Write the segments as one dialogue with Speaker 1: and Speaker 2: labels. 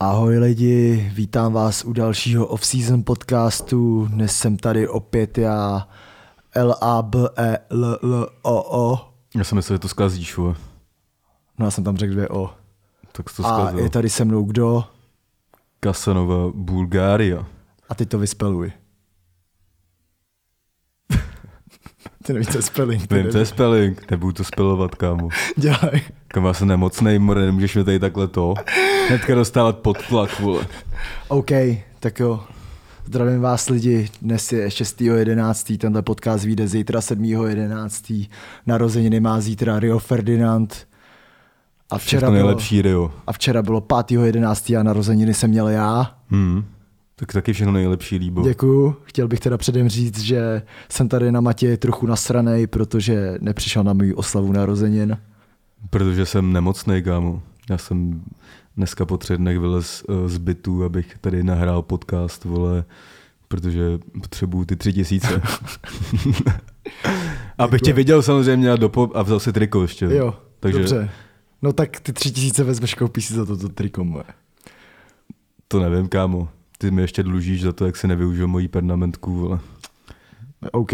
Speaker 1: Ahoj lidi, vítám vás u dalšího off-season podcastu. Dnes jsem tady opět já, l a b e l l o o
Speaker 2: Já jsem myslel, že to zkazíš, vole.
Speaker 1: No já jsem tam řekl dvě O.
Speaker 2: Tak jsi to
Speaker 1: A
Speaker 2: zkazil.
Speaker 1: je tady se mnou kdo?
Speaker 2: Kasanova Bulgária.
Speaker 1: A ty to vyspeluj. ty nevíš, co je spelling. ty
Speaker 2: Vím, to je
Speaker 1: nevíš.
Speaker 2: spelling. Nebudu to spelovat, kámo.
Speaker 1: Dělej.
Speaker 2: Kam já jsem nemocnej, more, nemůžeš mi tady takhle to. Hnedka dostávat pod tlak, vole.
Speaker 1: OK, tak jo. Zdravím vás lidi, dnes je 6.11., tenhle podcast vyjde zítra 7.11., narozeniny má zítra Rio Ferdinand. A včera,
Speaker 2: Všechno
Speaker 1: bylo,
Speaker 2: nejlepší, Rio.
Speaker 1: a včera bylo 5.11. a narozeniny jsem měl já.
Speaker 2: Hmm. Tak taky všechno nejlepší, líbo.
Speaker 1: Děkuju. Chtěl bych teda předem říct, že jsem tady na Matěji trochu nasranej, protože nepřišel na moji oslavu narozenin.
Speaker 2: Protože jsem nemocnej, kámo. Já jsem dneska po třech dnech vylez eh, z bytu, abych tady nahrál podcast, vole, protože potřebuju ty tři tisíce. abych tě viděl samozřejmě a, dopo- a vzal si triko ještě.
Speaker 1: Jo,
Speaker 2: Takže
Speaker 1: dobře. No tak ty tři tisíce vezmeš, koupíš si za toto triko moje.
Speaker 2: to nevím, kámo. Ty mi ještě dlužíš za to, jak si nevyužil moji pernamentku, vole.
Speaker 1: OK.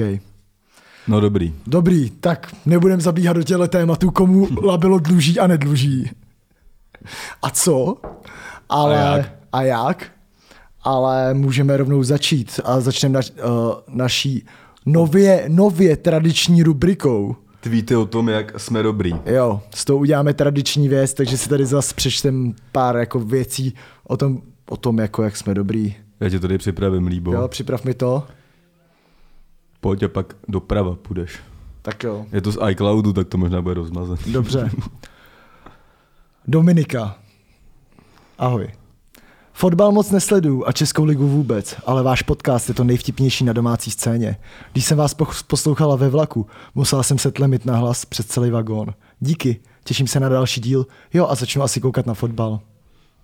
Speaker 2: No dobrý.
Speaker 1: Dobrý, tak nebudem zabíhat do těchto tématů, komu labilo dluží a nedluží. A co? Ale,
Speaker 2: A jak?
Speaker 1: A jak? Ale můžeme rovnou začít a začneme naš, uh, naší nově, nově tradiční rubrikou.
Speaker 2: Ty víte o tom, jak jsme dobrý.
Speaker 1: Jo, s tou uděláme tradiční věc, takže si tady zase přečtem pár jako věcí o tom, o tom jako jak jsme dobrý.
Speaker 2: Já tě tady připravím, líbo.
Speaker 1: Jo, připrav mi to.
Speaker 2: Pojď a pak doprava půjdeš.
Speaker 1: Tak jo.
Speaker 2: Je to z iCloudu, tak to možná bude rozmazat.
Speaker 1: Dobře. Dominika. Ahoj. Fotbal moc nesleduju a Českou ligu vůbec, ale váš podcast je to nejvtipnější na domácí scéně. Když jsem vás poch- poslouchala ve vlaku, musela jsem se tlemit na hlas přes celý vagón. Díky, těším se na další díl. Jo, a začnu asi koukat na fotbal.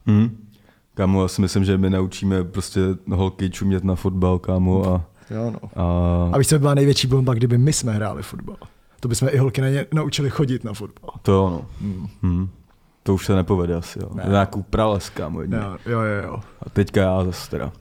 Speaker 2: Hmm. Kámo, já si myslím, že my naučíme prostě holky čumět na fotbal, kámo, a,
Speaker 1: Jo, no.
Speaker 2: a
Speaker 1: Aby se byla největší bomba, kdyby my jsme hráli fotbal. To bychom i holky na ně naučili chodit na fotbal.
Speaker 2: to ono. Hmm. To už se nepovede asi, jo. Ne. Nějakou prales, kámo, jedině.
Speaker 1: Jo, jo, jo. jo.
Speaker 2: A teďka já zase teda.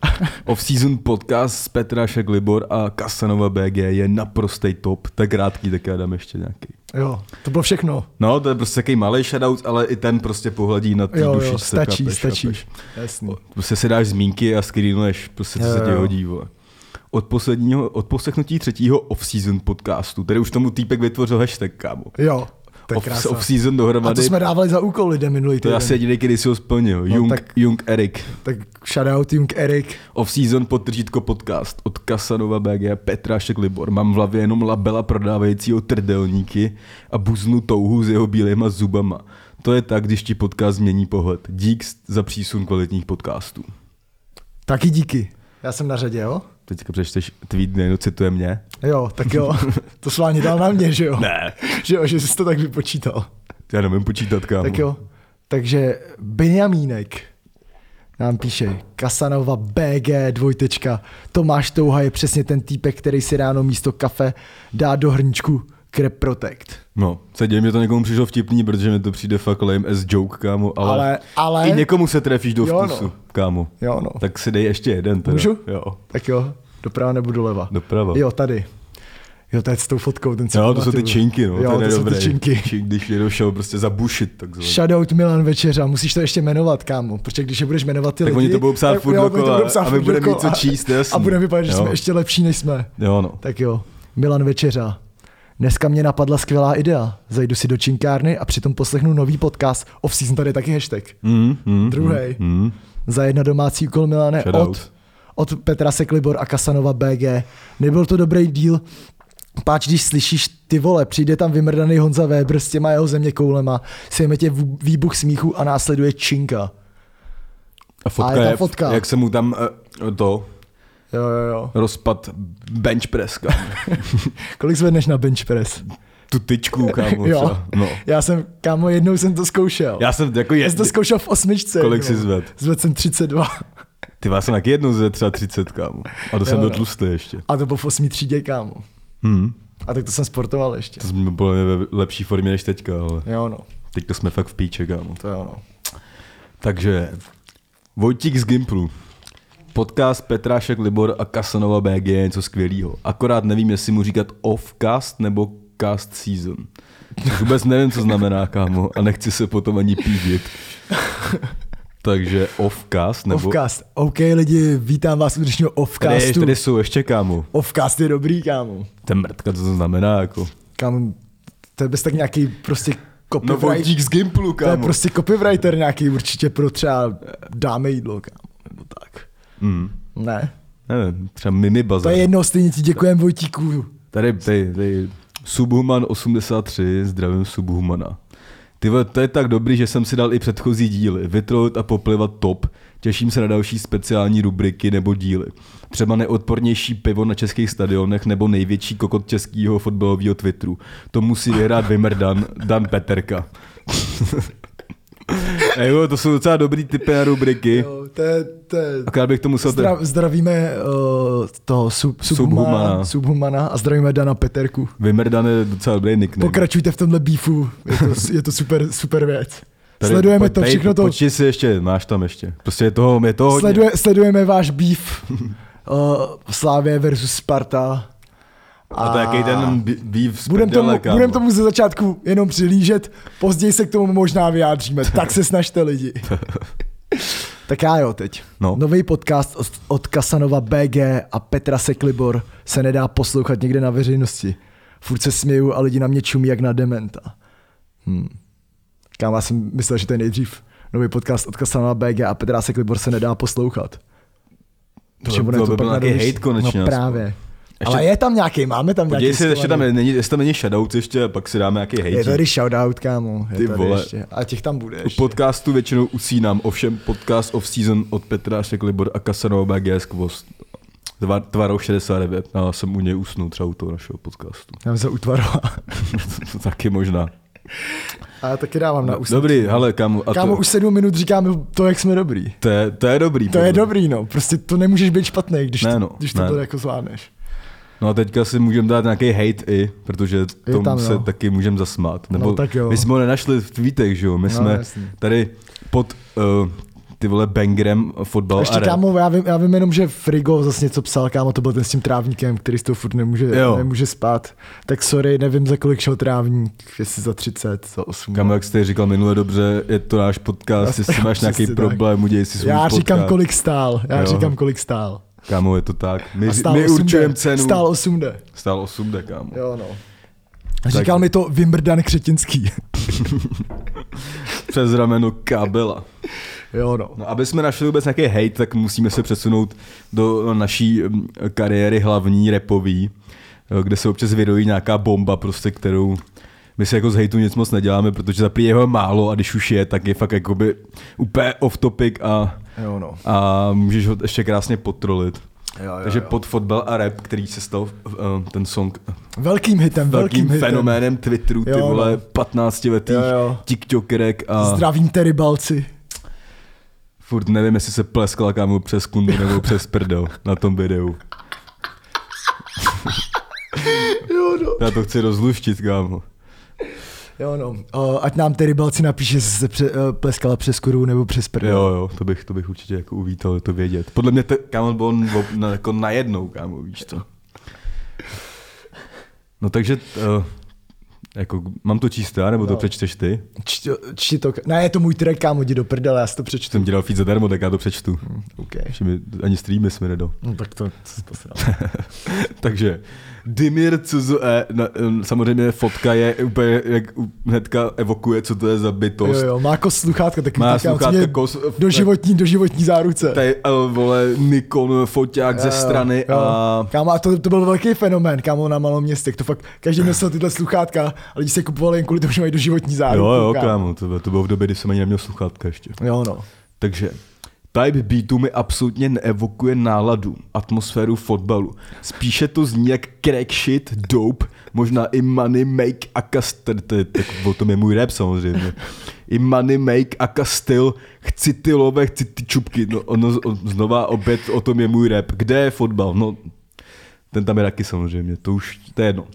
Speaker 2: Off-season podcast z Petra Šek Libor a Kasanova BG je naprostej top. Tak krátký, tak já dám ještě nějaký.
Speaker 1: Jo, to bylo všechno.
Speaker 2: No, to je prostě takový malý shoutout, ale i ten prostě pohledí na ty
Speaker 1: Jo, jo,
Speaker 2: dušičce,
Speaker 1: stačí,
Speaker 2: chápeš,
Speaker 1: stačí.
Speaker 2: chápeš.
Speaker 1: Jasný.
Speaker 2: Prostě si dáš zmínky a screenuješ, prostě co
Speaker 1: Jo,
Speaker 2: se ti
Speaker 1: jo.
Speaker 2: hodí, vole. Od, posledního, od poslechnutí třetího off-season podcastu, tady už tomu týpek vytvořil hashtag, kámo.
Speaker 1: Jo, to je
Speaker 2: Off,
Speaker 1: krása.
Speaker 2: off-season
Speaker 1: A to
Speaker 2: dohromady,
Speaker 1: jsme dávali za úkol lidem minulý
Speaker 2: to je
Speaker 1: týden.
Speaker 2: asi jediný, kdy si ho splnil. No, Jung,
Speaker 1: tak-
Speaker 2: tak... Jung Erik.
Speaker 1: Tak shoutout Jung Erik.
Speaker 2: Off-season podtržítko podcast od Kasanova BG Petra Šeklibor. Mám v hlavě jenom labela prodávajícího trdelníky a buznu touhu s jeho bílejma zubama. To je tak, když ti podcast změní pohled. Dík za přísun kvalitních podcastů.
Speaker 1: Taky díky. Já jsem na řadě, jo?
Speaker 2: Teďka přečteš tweet, nejenom cituje mě.
Speaker 1: Jo, tak jo. To sláně dal na mě, že jo?
Speaker 2: Ne.
Speaker 1: Že jo, že jsi to tak vypočítal.
Speaker 2: Já nevím počítat, kámo.
Speaker 1: Tak jo. Takže Benjamínek nám píše Kasanova BG dvojtečka. Tomáš Touha je přesně ten týpek, který si ráno místo kafe dá do hrničku Crep Protect.
Speaker 2: No, se děje, mě to někomu přišlo vtipný, protože mi to přijde fakt lame as joke, kámo, ale,
Speaker 1: Ale- ale-
Speaker 2: i někomu se trefíš do
Speaker 1: Jo, no.
Speaker 2: vkusu, kámo.
Speaker 1: Jo, no.
Speaker 2: Tak si dej ještě jeden teda.
Speaker 1: Můžu?
Speaker 2: Jo.
Speaker 1: Tak jo, doprava nebo doleva?
Speaker 2: Doprava.
Speaker 1: Jo, tady. Jo, to je s tou fotkou, ten si
Speaker 2: Jako- Jo, to jsou
Speaker 1: pamatuju.
Speaker 2: ty činky, no.
Speaker 1: Jo, to, jsou ty
Speaker 2: nedobrý.
Speaker 1: činky.
Speaker 2: Čink, Když je došel prostě zabušit, takzvaně.
Speaker 1: Shoutout Milan Večeřa, musíš to ještě jmenovat, kámo, protože když je budeš jmenovat ty
Speaker 2: Tak
Speaker 1: lidi,
Speaker 2: oni to budou psát furt
Speaker 1: jo, oni to
Speaker 2: dokola
Speaker 1: budou psát
Speaker 2: a my
Speaker 1: furt
Speaker 2: budeme mít
Speaker 1: dokola.
Speaker 2: co číst, jasný.
Speaker 1: A budeme vypadat, že
Speaker 2: Jo.
Speaker 1: jsme ještě lepší, než jsme.
Speaker 2: Jo, no.
Speaker 1: Tak jo, Milan Večeřa. Dneska mě napadla skvělá idea. Zajdu si do činkárny a přitom poslechnu nový podcast. Off-season tady je taky hashtag.
Speaker 2: Mm, mm,
Speaker 1: Druhý.
Speaker 2: Mm, mm.
Speaker 1: Za jedna domácí úkol Milane
Speaker 2: Shoutout.
Speaker 1: od, od Petra Seklibor a Kasanova BG. Nebyl to dobrý díl, Páč, když slyšíš ty vole, přijde tam vymrdaný Honza Weber s těma jeho země koulema, sejme tě vů- výbuch smíchu a následuje činka.
Speaker 2: A fotka,
Speaker 1: je tam
Speaker 2: je,
Speaker 1: fotka.
Speaker 2: jak se mu tam eh, to
Speaker 1: Jo, jo, jo.
Speaker 2: rozpad bench press, kámo.
Speaker 1: Kolik zvedneš na bench press?
Speaker 2: Tu tyčku, kámo.
Speaker 1: jo.
Speaker 2: třeba. No.
Speaker 1: Já jsem, kámo, jednou jsem to zkoušel.
Speaker 2: Já jsem jako
Speaker 1: Já jsem to
Speaker 2: jedno,
Speaker 1: zkoušel v osmičce.
Speaker 2: Kolik
Speaker 1: jednou.
Speaker 2: jsi zvedl?
Speaker 1: Zvedl jsem 32.
Speaker 2: ty vás jsem taky jednou ze třeba 30, kámo. A to jsem
Speaker 1: Jo, no.
Speaker 2: byl tlustý ještě.
Speaker 1: A to bylo v osmý třídě, kámo.
Speaker 2: Hmm.
Speaker 1: A tak to jsem sportoval ještě.
Speaker 2: To jsme byli ve lepší formě než teďka, ale
Speaker 1: Jo, no.
Speaker 2: teďka jsme fakt v píče, kámo.
Speaker 1: To jo, no.
Speaker 2: Takže Vojtík z Gimplu. Podcast Petrášek Libor a Kasanova BG je něco skvělého. Akorát nevím, jestli mu říkat offcast nebo cast season. Vůbec nevím, co znamená, kámo, a nechci se potom ani pídit. Takže offcast nebo...
Speaker 1: Offcast. OK, lidi, vítám vás u dnešního
Speaker 2: Tady,
Speaker 1: Offcastu.
Speaker 2: tady jsou ještě, kámo.
Speaker 1: Offcast je dobrý, kámo.
Speaker 2: Ten mrtka, co to znamená, jako...
Speaker 1: Kámo, to je bez tak nějaký prostě
Speaker 2: No
Speaker 1: copyright.
Speaker 2: Vojtík z Gimplu,
Speaker 1: to je
Speaker 2: kámo.
Speaker 1: prostě copywriter nějaký určitě pro třeba dáme jídlo, kámo, nebo tak.
Speaker 2: Mm.
Speaker 1: Ne.
Speaker 2: Nevím, třeba mini
Speaker 1: To
Speaker 2: bazar.
Speaker 1: je jedno, stejně ti děkujem, Vojtíku.
Speaker 2: Tady, tady, tady Subhuman 83, zdravím Subhumana. Ty vole, to je tak dobrý, že jsem si dal i předchozí díly. Vytrojit a poplivat top. Těším se na další speciální rubriky nebo díly. Třeba neodpornější pivo na českých stadionech nebo největší kokot českého fotbalového Twitteru. To musí vyhrát Vimrdan, Dan Peterka. Ej, jo, to jsou docela dobrý typy na rubriky.
Speaker 1: Jo, to je, to je...
Speaker 2: Akorát bych to musel... teda-
Speaker 1: Zdrav, zdravíme uh, toho sub,
Speaker 2: Subhumana.
Speaker 1: subhumana, subhumana a zdravíme Dana Peterku.
Speaker 2: Vimrdan je docela dobrý nickname.
Speaker 1: Pokračujte v tomhle bífu, je to, je to super, super věc.
Speaker 2: Tady-
Speaker 1: sledujeme
Speaker 2: pojď,
Speaker 1: to,
Speaker 2: tady,
Speaker 1: všechno to,
Speaker 2: Počti si ještě, máš tam ještě. Prostě je toho, je toho hodně.
Speaker 1: sleduje, sledujeme váš bíf. Uh, Slávě versus Sparta.
Speaker 2: A to je jaký ten bí- býv z
Speaker 1: Budeme tomu,
Speaker 2: prdele, kámo.
Speaker 1: budem tomu ze začátku jenom přilížet, později se k tomu možná vyjádříme. Tak se snažte lidi. tak já jo teď.
Speaker 2: No.
Speaker 1: Nový podcast od, od Kasanova BG a Petra Seklibor se nedá poslouchat někde na veřejnosti. Furt se směju a lidi na mě čumí jak na dementa. Hmm. Kam já jsem myslel, že to je nejdřív. Nový podcast od Kasanova BG a Petra Seklibor se nedá poslouchat.
Speaker 2: To-
Speaker 1: Čemu
Speaker 2: to
Speaker 1: ne,
Speaker 2: by byl
Speaker 1: pak
Speaker 2: nějaký
Speaker 1: najdeš-
Speaker 2: hate konečně
Speaker 1: No
Speaker 2: aspoň.
Speaker 1: právě.
Speaker 2: Ještě-
Speaker 1: Ale je tam nějaký, máme tam nějaký.
Speaker 2: Podívej se, ještě tam,
Speaker 1: schovaný.
Speaker 2: není, jestli tam není Shadows ještě, a pak si dáme nějaký hejt.
Speaker 1: Je tady shoutout, kámo. Je
Speaker 2: Ty
Speaker 1: tady
Speaker 2: vole.
Speaker 1: Ještě. A těch tam bude ještě.
Speaker 2: U podcastu většinou usínám, ovšem podcast off season od Petra Šeklibor a Kasanova BGS Kvost. Tvar- Tvarou 69, já jsem u něj usnul třeba u toho našeho podcastu.
Speaker 1: Já jsem se utvaroval.
Speaker 2: To Taky možná.
Speaker 1: A já taky dávám na ústa.
Speaker 2: Dobrý, hele, kámo, No, a
Speaker 1: Kámo,
Speaker 2: to,
Speaker 1: už sedm minut říkáme to, jak jsme dobrý.
Speaker 2: to, je, to je dobrý.
Speaker 1: To
Speaker 2: podle
Speaker 1: je
Speaker 2: mě.
Speaker 1: dobrý, no. Prostě to nemůžeš být špatný, když,
Speaker 2: Ne,
Speaker 1: ne,
Speaker 2: no,
Speaker 1: no, když
Speaker 2: ne.
Speaker 1: to to jako zvládneš.
Speaker 2: No a teďka si můžeme dát nějaký hate i, protože tomu tam,
Speaker 1: tam,
Speaker 2: se
Speaker 1: jo.
Speaker 2: taky můžeme zasmát. Nebo
Speaker 1: No, tak jo.
Speaker 2: My jsme ho nenašli v tweetech, že jo? My
Speaker 1: No,
Speaker 2: jsme
Speaker 1: jasný.
Speaker 2: tady pod uh, ty vole bangerem fotbal
Speaker 1: A ještě
Speaker 2: a rap.
Speaker 1: kámo, já vím, já vím jenom, že Frigo zase něco psal, kámo, to byl ten s tím trávníkem, který z toho furt nemůže,
Speaker 2: Jo.
Speaker 1: nemůže spát. Tak sorry, nevím, za kolik šel trávník, jestli za 30, za 8.
Speaker 2: Kam, jak jste říkal minule, dobře, je to náš podcast,
Speaker 1: Já-
Speaker 2: jestli máš
Speaker 1: přesně
Speaker 2: nějaký
Speaker 1: tak.
Speaker 2: problém, udělej si svůj
Speaker 1: já
Speaker 2: podcast.
Speaker 1: říkám, kolik stál, já
Speaker 2: Jo.
Speaker 1: říkám, kolik stál.
Speaker 2: Kámo, je to tak. My,
Speaker 1: A stál
Speaker 2: my
Speaker 1: 8D.
Speaker 2: určujeme cenu.
Speaker 1: Stál 8D.
Speaker 2: Stál 8 d kámo.
Speaker 1: Jo, no.
Speaker 2: Tak-
Speaker 1: Říkal mi to Vimbrdan Křetinský.
Speaker 2: Přes rameno kabela.
Speaker 1: jo, no.
Speaker 2: No, aby jsme našli vůbec nějaký hate, tak musíme se přesunout do naší mm, kariéry hlavní repový, eh, kde se občas vyrojí nějaká bomba, prostě, kterou my se jako z hejtu nic moc neděláme, protože za prý je ho málo a když už je, tak je fakt jakoby úplně off topic a,
Speaker 1: Jo, no.
Speaker 2: a můžeš ho ještě krásně potrolit.
Speaker 1: Jo, jo,
Speaker 2: Takže
Speaker 1: jo.
Speaker 2: pod fotbal a rap, který se stal eh, ten song
Speaker 1: Velkým hitem, velkým,
Speaker 2: velkým
Speaker 1: hitem.
Speaker 2: fenoménem Twitteru, ty
Speaker 1: Jo, no.
Speaker 2: vole 15 letých
Speaker 1: Jo, jo.
Speaker 2: tiktokerek a...
Speaker 1: Zdravím te rybalci.
Speaker 2: Furt nevím, jestli se pleskala kámo přes kundu nebo přes prdel na tom videu.
Speaker 1: Jo, no.
Speaker 2: Já to chci rozluštit, kámo.
Speaker 1: Jo, no. O, ať nám te rybalci napíše, jestli se pře- eh, pleskala přes kuru nebo přes prd.
Speaker 2: Jo, jo, to bych, to bych určitě jako uvítal to vědět. Podle mě to, kámo, bylo ob- na, jako najednou, kámo, víš co. No takže, uh, jako, mám to číst já, nebo to
Speaker 1: No.
Speaker 2: přečteš ty?
Speaker 1: Čti, čti to. Ne, je to můj track, kámo, jdi do prdele, já si to přečtu.
Speaker 2: Jsem ti dal feed zadarmo, tak já to přečtu.
Speaker 1: Hm, OK.
Speaker 2: Že mi, ani streamy jsme nedal.
Speaker 1: No tak to, to, to se dá.
Speaker 2: Takže Dimir Cuzue, na, em, samozřejmě fotka je úplně, jak u- hnedka evokuje, co to je za bytost.
Speaker 1: Jo, jo, má jako sluchátka, tak
Speaker 2: Má
Speaker 1: tak, kámo, co
Speaker 2: sluchátka,
Speaker 1: mě-
Speaker 2: kous-
Speaker 1: doživotní, doživotní záruce.
Speaker 2: Tady, eh, vole, Nikon, foťák ze
Speaker 1: Jo,
Speaker 2: strany
Speaker 1: Eh, jo.
Speaker 2: a...
Speaker 1: Kámo, a to, to byl velký fenomén, kámo, na malom městech. To fakt, každý nosil tyhle sluchátka a lidi se kupovali jen kvůli tomu, že mají doživotní záruku.
Speaker 2: Jo, jo, kámo, to, bylo- to bylo v době, kdy jsem ani neměl sluchátka ještě.
Speaker 1: Jo, no.
Speaker 2: Takže Type beatu mi absolutně neevokuje náladu, atmosféru fotbalu. Spíše to zní jak crack shit, dope, možná i money make a castr, to je, tak o tom je můj rap samozřejmě. I money make a styl, chci ty love, chci ty čupky, no ono, on, znova opět o tom je můj rap. Kde je fotbal? No, ten tam je taky samozřejmě, to už, to je jedno.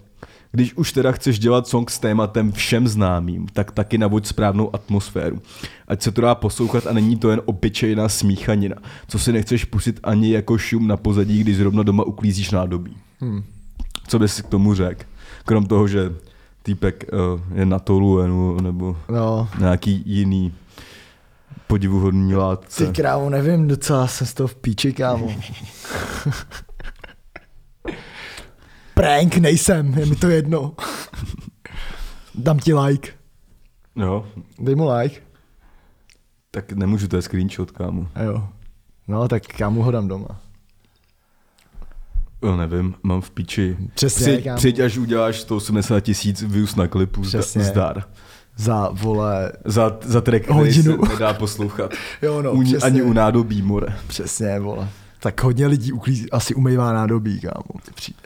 Speaker 2: Když už teda chceš dělat song s tématem všem známým, tak taky navoď správnou atmosféru. Ať se to dá poslouchat a není to jen obyčejná smíchanina, co si nechceš pustit ani jako šum na pozadí, když zrovna doma uklízíš nádobí. Hmm. Co bys si k tomu řekl? Krom toho, že týpek uh, je na toluenu nebo
Speaker 1: No,
Speaker 2: nějaký jiný podivuhodný látce.
Speaker 1: ty krávo, nevím, docela jsem z toho v píči, kámo. Prank nejsem, je mi to jedno. Dám ti like.
Speaker 2: Jo,
Speaker 1: Dej mu like.
Speaker 2: tak nemůžu, to je screenshot, kámo.
Speaker 1: A jo. No, tak já mu ho dám doma.
Speaker 2: Jo, nevím, mám v píči.
Speaker 1: Přesně,
Speaker 2: Přijď,
Speaker 1: kámo.
Speaker 2: přijď až uděláš 180 tisíc views na klipu, zda-
Speaker 1: Přesně.
Speaker 2: zdar.
Speaker 1: Za, vole,
Speaker 2: Za, za track, který
Speaker 1: Hodinu.
Speaker 2: se nedá poslouchat.
Speaker 1: Jo, no,
Speaker 2: u, ní-
Speaker 1: přesně.
Speaker 2: ani u nádobí more.
Speaker 1: přesně, vole. Tak hodně lidí uklízí, asi umývá nádobí, kámo, ty přijde.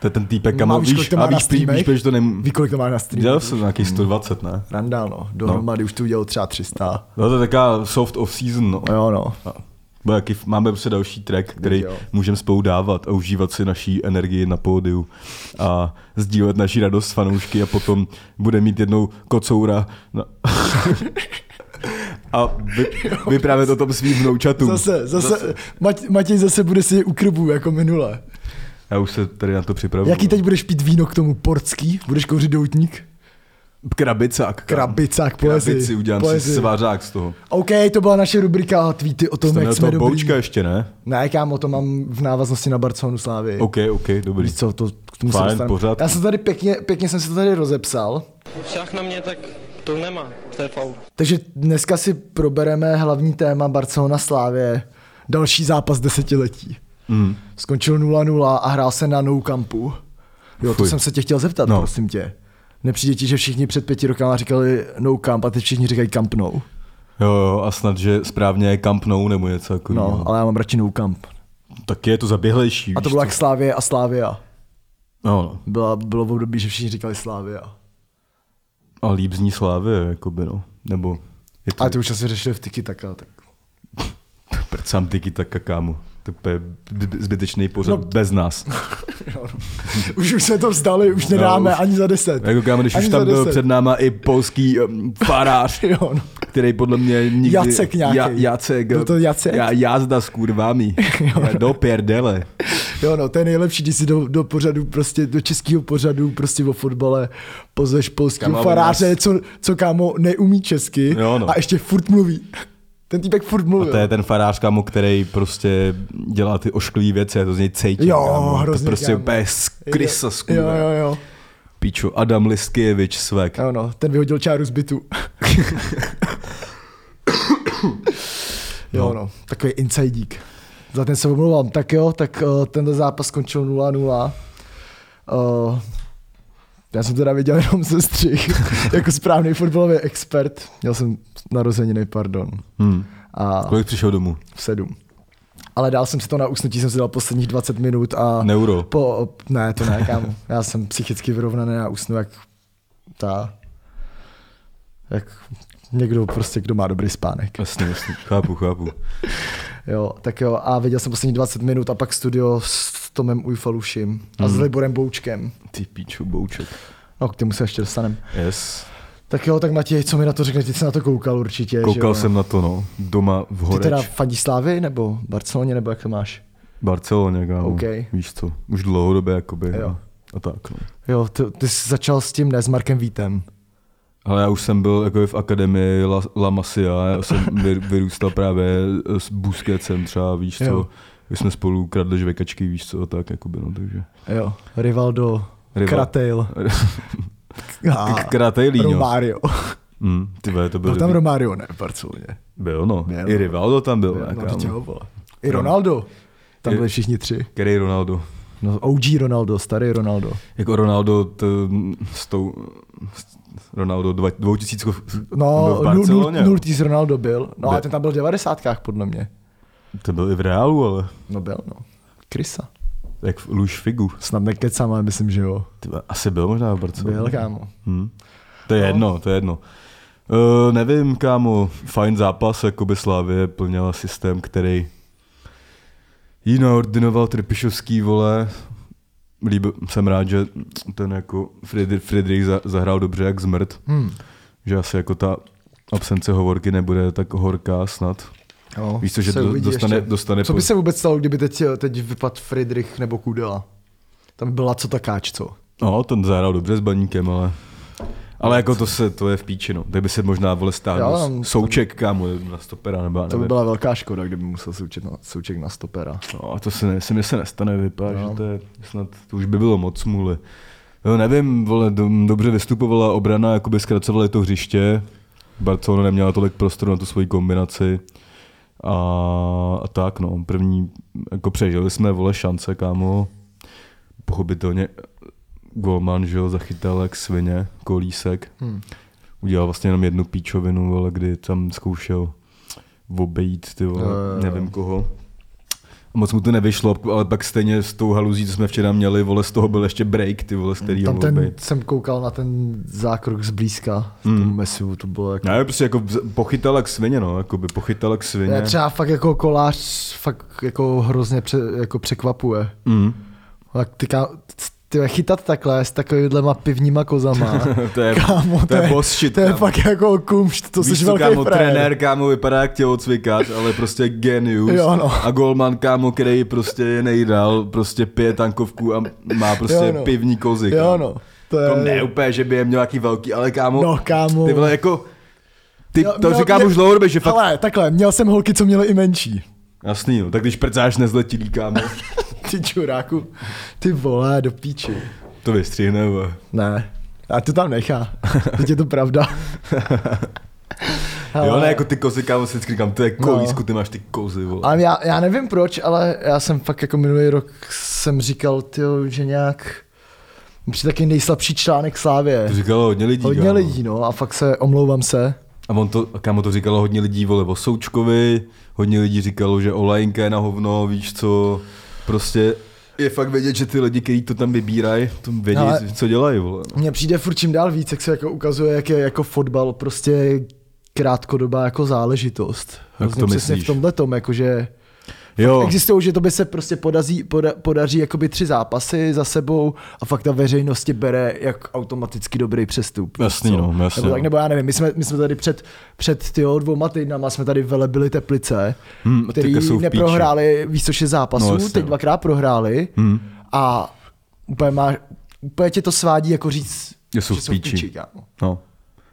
Speaker 2: To je ten týpek, kam
Speaker 1: Máš,
Speaker 2: víš,
Speaker 1: No kolik to
Speaker 2: a
Speaker 1: má na
Speaker 2: víš, prý- víš,
Speaker 1: streamech?
Speaker 2: proč to nemůžu.
Speaker 1: Ví, kolik to má na streamu?
Speaker 2: Dělal jsem nějaký 120, ne?
Speaker 1: Randa, no. Dohromady no. už to udělal třeba 300.
Speaker 2: No to je taková soft off-season, no.
Speaker 1: Jo, no.
Speaker 2: No. Bude jaký, máme prostě další track, který
Speaker 1: jo.
Speaker 2: můžeme spolu dávat a užívat si naší energii na pódiu a sdílet naši radost s fanoušky a potom bude mít jednou kocoura na... a vy, vyprávět o tom svým vnoučatům.
Speaker 1: Zase, zase, zase. Mať, Matěj zase bude si u krbu, jako minule.
Speaker 2: Já už se tady na to připravuju.
Speaker 1: Jaký teď budeš pít víno k tomu portský? Budeš kouřit doutník?
Speaker 2: Krabicák.
Speaker 1: Krabicák, poezi.
Speaker 2: Krabici, udělám
Speaker 1: poezi.
Speaker 2: si svařák z toho.
Speaker 1: OK, to byla naše rubrika tweety o tom,
Speaker 2: Jste měl
Speaker 1: jak jsme
Speaker 2: toho
Speaker 1: dobrý.
Speaker 2: boučka ještě, ne?
Speaker 1: Ne, kámo, to mám v návaznosti na Barcelonu Slávy.
Speaker 2: OK, OK, dobrý.
Speaker 1: Víš co, to k tomu
Speaker 2: Fajn,
Speaker 1: se dostaneme.
Speaker 2: pořád.
Speaker 1: Já jsem tady pěkně, pěkně jsem se to tady rozepsal.
Speaker 3: Šach na mě, tak to nemá, to je faul.
Speaker 1: Takže dneska si probereme hlavní téma Barcelona Slávě. Další zápas desetiletí.
Speaker 2: Mm.
Speaker 1: Skončil 0-0 a hrál se na Nou Campu. Jo, to
Speaker 2: Fuj.
Speaker 1: jsem se tě chtěl zeptat, no.
Speaker 2: No.
Speaker 1: prosím tě. Nepřijde ti, že všichni před pěti rokama říkali No Camp a teď všichni říkají Camp Nou.
Speaker 2: Jo, jo, a snad, že správně je kampnou nebo něco jako.
Speaker 1: No, ale já mám radši No Camp.
Speaker 2: Tak je to zaběhlejší.
Speaker 1: A to
Speaker 2: víš
Speaker 1: bylo
Speaker 2: co?
Speaker 1: jak Slávě a Slávia.
Speaker 2: No, no.
Speaker 1: Byla, bylo v období, že všichni říkali Slávia.
Speaker 2: A líp zní Slávě, jakoby, no. Nebo je to,
Speaker 1: Ale
Speaker 2: a
Speaker 1: to už asi řešili v Tiki Taka. Tak.
Speaker 2: prcám tiki taka kámo. To je b- b- zbytečný pořad
Speaker 1: No.
Speaker 2: no. bez nás.
Speaker 1: Už, už se to vzdali, už nedáme
Speaker 2: už-
Speaker 1: ani za deset.
Speaker 2: Jako kámo, když
Speaker 1: Ani
Speaker 2: už
Speaker 1: za
Speaker 2: tam byl
Speaker 1: deset.
Speaker 2: před náma i polský um, farář,
Speaker 1: Jo, no.
Speaker 2: který podle mě nikdy...
Speaker 1: Jacek nějakej.
Speaker 2: Ja, Jacek.
Speaker 1: Byl to Jacek?
Speaker 2: Já, jázda s kurvami. Do pěrdele.
Speaker 1: Jo, no, to je nejlepší, když si do, do pořadu, prostě do českého pořadu, prostě o fotbale pozveš polského
Speaker 2: Kámo, aby
Speaker 1: faráře,
Speaker 2: nás-
Speaker 1: co, co kámo neumí česky
Speaker 2: Jo, no.
Speaker 1: a ještě furt mluví. Ten týpek furt mluví.
Speaker 2: To je ten farář, kámo, který prostě dělá ty ošklivý věci, já to z něj cítím.
Speaker 1: Jo,
Speaker 2: kámo.
Speaker 1: hrozně,
Speaker 2: To prostě
Speaker 1: kámo.
Speaker 2: úplně z krysa, z
Speaker 1: jo, jo, jo.
Speaker 2: Píčo, Adam Liskievič, svek.
Speaker 1: Jo, no, ten vyhodil čáru z bytu. jo, no. takový insidík. Za ten se omlouvám. Tak jo, tak uh, tenhle zápas skončil 0-0. Uh, já jsem teda viděl jenom ze střih, jako správný fotbalový expert. Měl jsem narozeniny, pardon.
Speaker 2: Hmm.
Speaker 1: A
Speaker 2: Kolik přišel domů?
Speaker 1: v sedm. Ale dal jsem si to na usnutí, jsem si dal posledních 20 minut a...
Speaker 2: Neuro.
Speaker 1: Po, ne, to ne, kámo. Já jsem psychicky vyrovnaný a usnu jak ta... Jak někdo prostě, kdo má dobrý spánek.
Speaker 2: Jasně, jasně, chápu, chápu.
Speaker 1: Jo, tak jo, a viděl jsem poslední 20 minut a pak studio s Tomem Ujfaluším a
Speaker 2: Mhm.
Speaker 1: s Liborem Boučkem.
Speaker 2: Ty píču, bouček.
Speaker 1: No, k tomu se ještě dostanem.
Speaker 2: Yes.
Speaker 1: Tak jo, tak Matěj, co mi na to řekne, ty jsi na to koukal určitě. že
Speaker 2: Koukal
Speaker 1: jo?
Speaker 2: jsem na to, no. Doma v
Speaker 1: Ty
Speaker 2: Horeč.
Speaker 1: teda
Speaker 2: Teda...
Speaker 1: fandíš Slávy nebo Barceloně, nebo jak to máš?
Speaker 2: Barceloně, kámo.
Speaker 1: OK.
Speaker 2: Víš co, už dlouhodobě, jakoby.
Speaker 1: Jo.
Speaker 2: Jo. A tak, no.
Speaker 1: Jo, ty, ty jsi začal s tím, ne, s Markem Vítem.
Speaker 2: Ale já už jsem byl jako v akademii La, La Masia, já jsem vy, vyrůstal právě eh, s Busquetsem třeba, víš
Speaker 1: Jo.
Speaker 2: co. Už jsme spolu kradli žvekačky, víš co, a tak, jakoby, no, takže.
Speaker 1: Jo, Rivaldo, Rival.
Speaker 2: Rival- no.
Speaker 1: Kratail. A
Speaker 2: K- Kratejlíňo.
Speaker 1: Romário.
Speaker 2: Mm, ty vole, to byl,
Speaker 1: Byl tam
Speaker 2: dobrý.
Speaker 1: Romário, ne, v Barceloně.
Speaker 2: byl, no.
Speaker 1: Byl.
Speaker 2: I Rivaldo tam byl, ne,
Speaker 1: No,
Speaker 2: kámo.
Speaker 1: dítě ho bylo. I Ronaldo. Tam
Speaker 2: Je-
Speaker 1: byli všichni tři.
Speaker 2: Který Ronaldo?
Speaker 1: No, OG Ronaldo, starý Ronaldo.
Speaker 2: Jako Ronaldo t, s tou s- Ronaldo dva- 2000 byl
Speaker 1: No,
Speaker 2: v
Speaker 1: nul- nul-
Speaker 2: Barceloně.
Speaker 1: nul z Ronaldo byl. No, ale
Speaker 2: Byl.
Speaker 1: ten tam byl v devadesátkách, podle mě.
Speaker 2: To byl i v Reálu, ale
Speaker 1: No byl, no. Krysa.
Speaker 2: jak v Luž Figu.
Speaker 1: Snad nekecám, ale myslím, že jo.
Speaker 2: Ty vole, Asi byl možná v Barceloně.
Speaker 1: Byl, No. kámo.
Speaker 2: Hm. To je jedno, to je jedno. Uh, nevím, kámo, fajn zápas, jakoby Slávě plněla systém, který jí naordinoval Trpišovský, vole, líbil, jsem rád, že ten jako Friedrich, Friedrich za, zahrál dobře jak zmrt.
Speaker 1: Hm.
Speaker 2: Hmm. Že asi jako ta absence hovorky nebude tak horká snad.
Speaker 1: Jo,
Speaker 2: Víš co, že
Speaker 1: No, se
Speaker 2: do-
Speaker 1: uvidí
Speaker 2: dostane- dostane
Speaker 1: co by
Speaker 2: po-
Speaker 1: se vůbec stalo, kdyby teď, teď vypadl Friedrich nebo Kudela? Tam by byla co takáč, co?
Speaker 2: No, ten zahrál dobře s baníkem, ale... Ale jako to se, to je v píči, no. Tak by se možná vole
Speaker 1: Jo,
Speaker 2: stáhnul
Speaker 1: tam-
Speaker 2: s- souček, kámo, na stopera, nebo já
Speaker 1: To by
Speaker 2: nevím.
Speaker 1: byla velká škoda, kdyby musel souček na, souček na stopera.
Speaker 2: No, a to se, ne, se mi se nestane, vypadá,
Speaker 1: No.
Speaker 2: no. že to je, snad, to už by bylo moc smůly. No, nevím, vole, do, dobře vystupovala obrana, jakoby zkracovali to hřiště. Barcelona neměla tolik prostoru na tu svoji kombinaci. A, a tak, no, první, jako přežili jsme, vole, šance, kámo. Pochopitelně Golman, že jo, zachytal jak svině, kolísek.
Speaker 1: Hmm.
Speaker 2: Udělal vlastně jenom jednu píčovinu, vole, kdy tam zkoušel obejít, ty vole,
Speaker 1: Jo, jo, jo.
Speaker 2: nevím koho. A moc mu to nevyšlo, ale pak stejně s tou haluzí, co jsme včera měli, vole, z toho byl ještě break, ty vole, z kterého
Speaker 1: Mm, Tam
Speaker 2: mohl
Speaker 1: ten,
Speaker 2: být.
Speaker 1: jsem koukal na ten zákrok zblízka v tom
Speaker 2: Hmm.
Speaker 1: mesu, to bylo jako...
Speaker 2: Ne, prostě jako vz- pochytal jak svině, no, jako by pochytal jak svině.
Speaker 1: Ne, třeba fakt jako kolář fakt jako hrozně pře, jako překvapuje.
Speaker 2: Mm.
Speaker 1: Tak ty, ká- ty, chytat takhle s takovýhlema pivníma kozama.
Speaker 2: to je,
Speaker 1: Kámo,
Speaker 2: to je boss shit,
Speaker 1: To je
Speaker 2: kámo.
Speaker 1: fakt jako kumšt, to
Speaker 2: Víš
Speaker 1: jsi
Speaker 2: co,
Speaker 1: velký
Speaker 2: kámo,
Speaker 1: frajer.
Speaker 2: trenér, kámo, vypadá jak tělocvikář, ale prostě genius.
Speaker 1: Jo, no.
Speaker 2: A golman, kámo, který prostě je nejdál, prostě pije tankovku a má prostě
Speaker 1: Jo,
Speaker 2: jo,
Speaker 1: no.
Speaker 2: no. pivní kozy.
Speaker 1: Jo
Speaker 2: kámo.
Speaker 1: no, to
Speaker 2: To
Speaker 1: je...
Speaker 2: ne úplně, že by je měl nějaký velký, ale kámo,
Speaker 1: No kámo.
Speaker 2: ty vole jako, ty,
Speaker 1: Jo,
Speaker 2: to
Speaker 1: měl-
Speaker 2: říkám
Speaker 1: měl-
Speaker 2: už dlouhodobě, že fakt, ale...
Speaker 1: Ale takhle, měl jsem holky, co měly i menší.
Speaker 2: jasný, no, tak když prcáš nezletilý, kámo,
Speaker 1: Ty čuráku, ty vole, do píči.
Speaker 2: to vystřihne, vole.
Speaker 1: Ne, a to tam nechá. Teď je to pravda.
Speaker 2: Jo, ne, jako ty kozy, kámo, si vždycky říkám, to je kolísku, ty máš ty kozy, vole.
Speaker 1: No. Ale já, já nevím proč, ale já jsem fakt jako minulý rok jsem říkal, tyjo, že nějak... Přijde taky nejslabší článek Slávě.
Speaker 2: To říkalo hodně lidí,
Speaker 1: Hodně
Speaker 2: kámo.
Speaker 1: lidí, no, a fakt se omlouvám se.
Speaker 2: A on to, kámo, to říkalo hodně lidí, vole, o Součkovi, hodně lidí říkalo, že Olajnka je na hovno, víš co, prostě je fakt vědět, že ty lidi, kteří to tam vybírají, to vědí,
Speaker 1: No, Ale-
Speaker 2: co dělají, vole.
Speaker 1: Mně přijde furt čím dál víc, jak se jako ukazuje, jak je jako fotbal prostě krátkodobá jako záležitost. Hrozně
Speaker 2: to
Speaker 1: přesně v
Speaker 2: myslíš?
Speaker 1: tomhle tom, jakože
Speaker 2: Jo,
Speaker 1: existují, že to by se prostě podazí, poda, podaří jakoby tři zápasy za sebou a fakt ta veřejnosti bere jak automaticky dobrý přestup.
Speaker 2: Jasný,
Speaker 1: Co?
Speaker 2: no, jasně,
Speaker 1: Nebo, tak,
Speaker 2: no.
Speaker 1: nebo já nevím, my jsme, my jsme tady před, před tyjo, dvěma týdnama jsme tady velebili Teplice,
Speaker 2: Hmm, a
Speaker 1: který
Speaker 2: teďka jsou v píči.
Speaker 1: neprohráli víc než šest zápasů,
Speaker 2: No,
Speaker 1: no,
Speaker 2: jasně,
Speaker 1: teď
Speaker 2: no.
Speaker 1: dvakrát prohráli
Speaker 2: Hmm.
Speaker 1: a úplně, má, úplně tě to svádí jako říct,
Speaker 2: Že jsou
Speaker 1: že
Speaker 2: v
Speaker 1: jsou v
Speaker 2: píči.
Speaker 1: píči, kámo.
Speaker 2: no.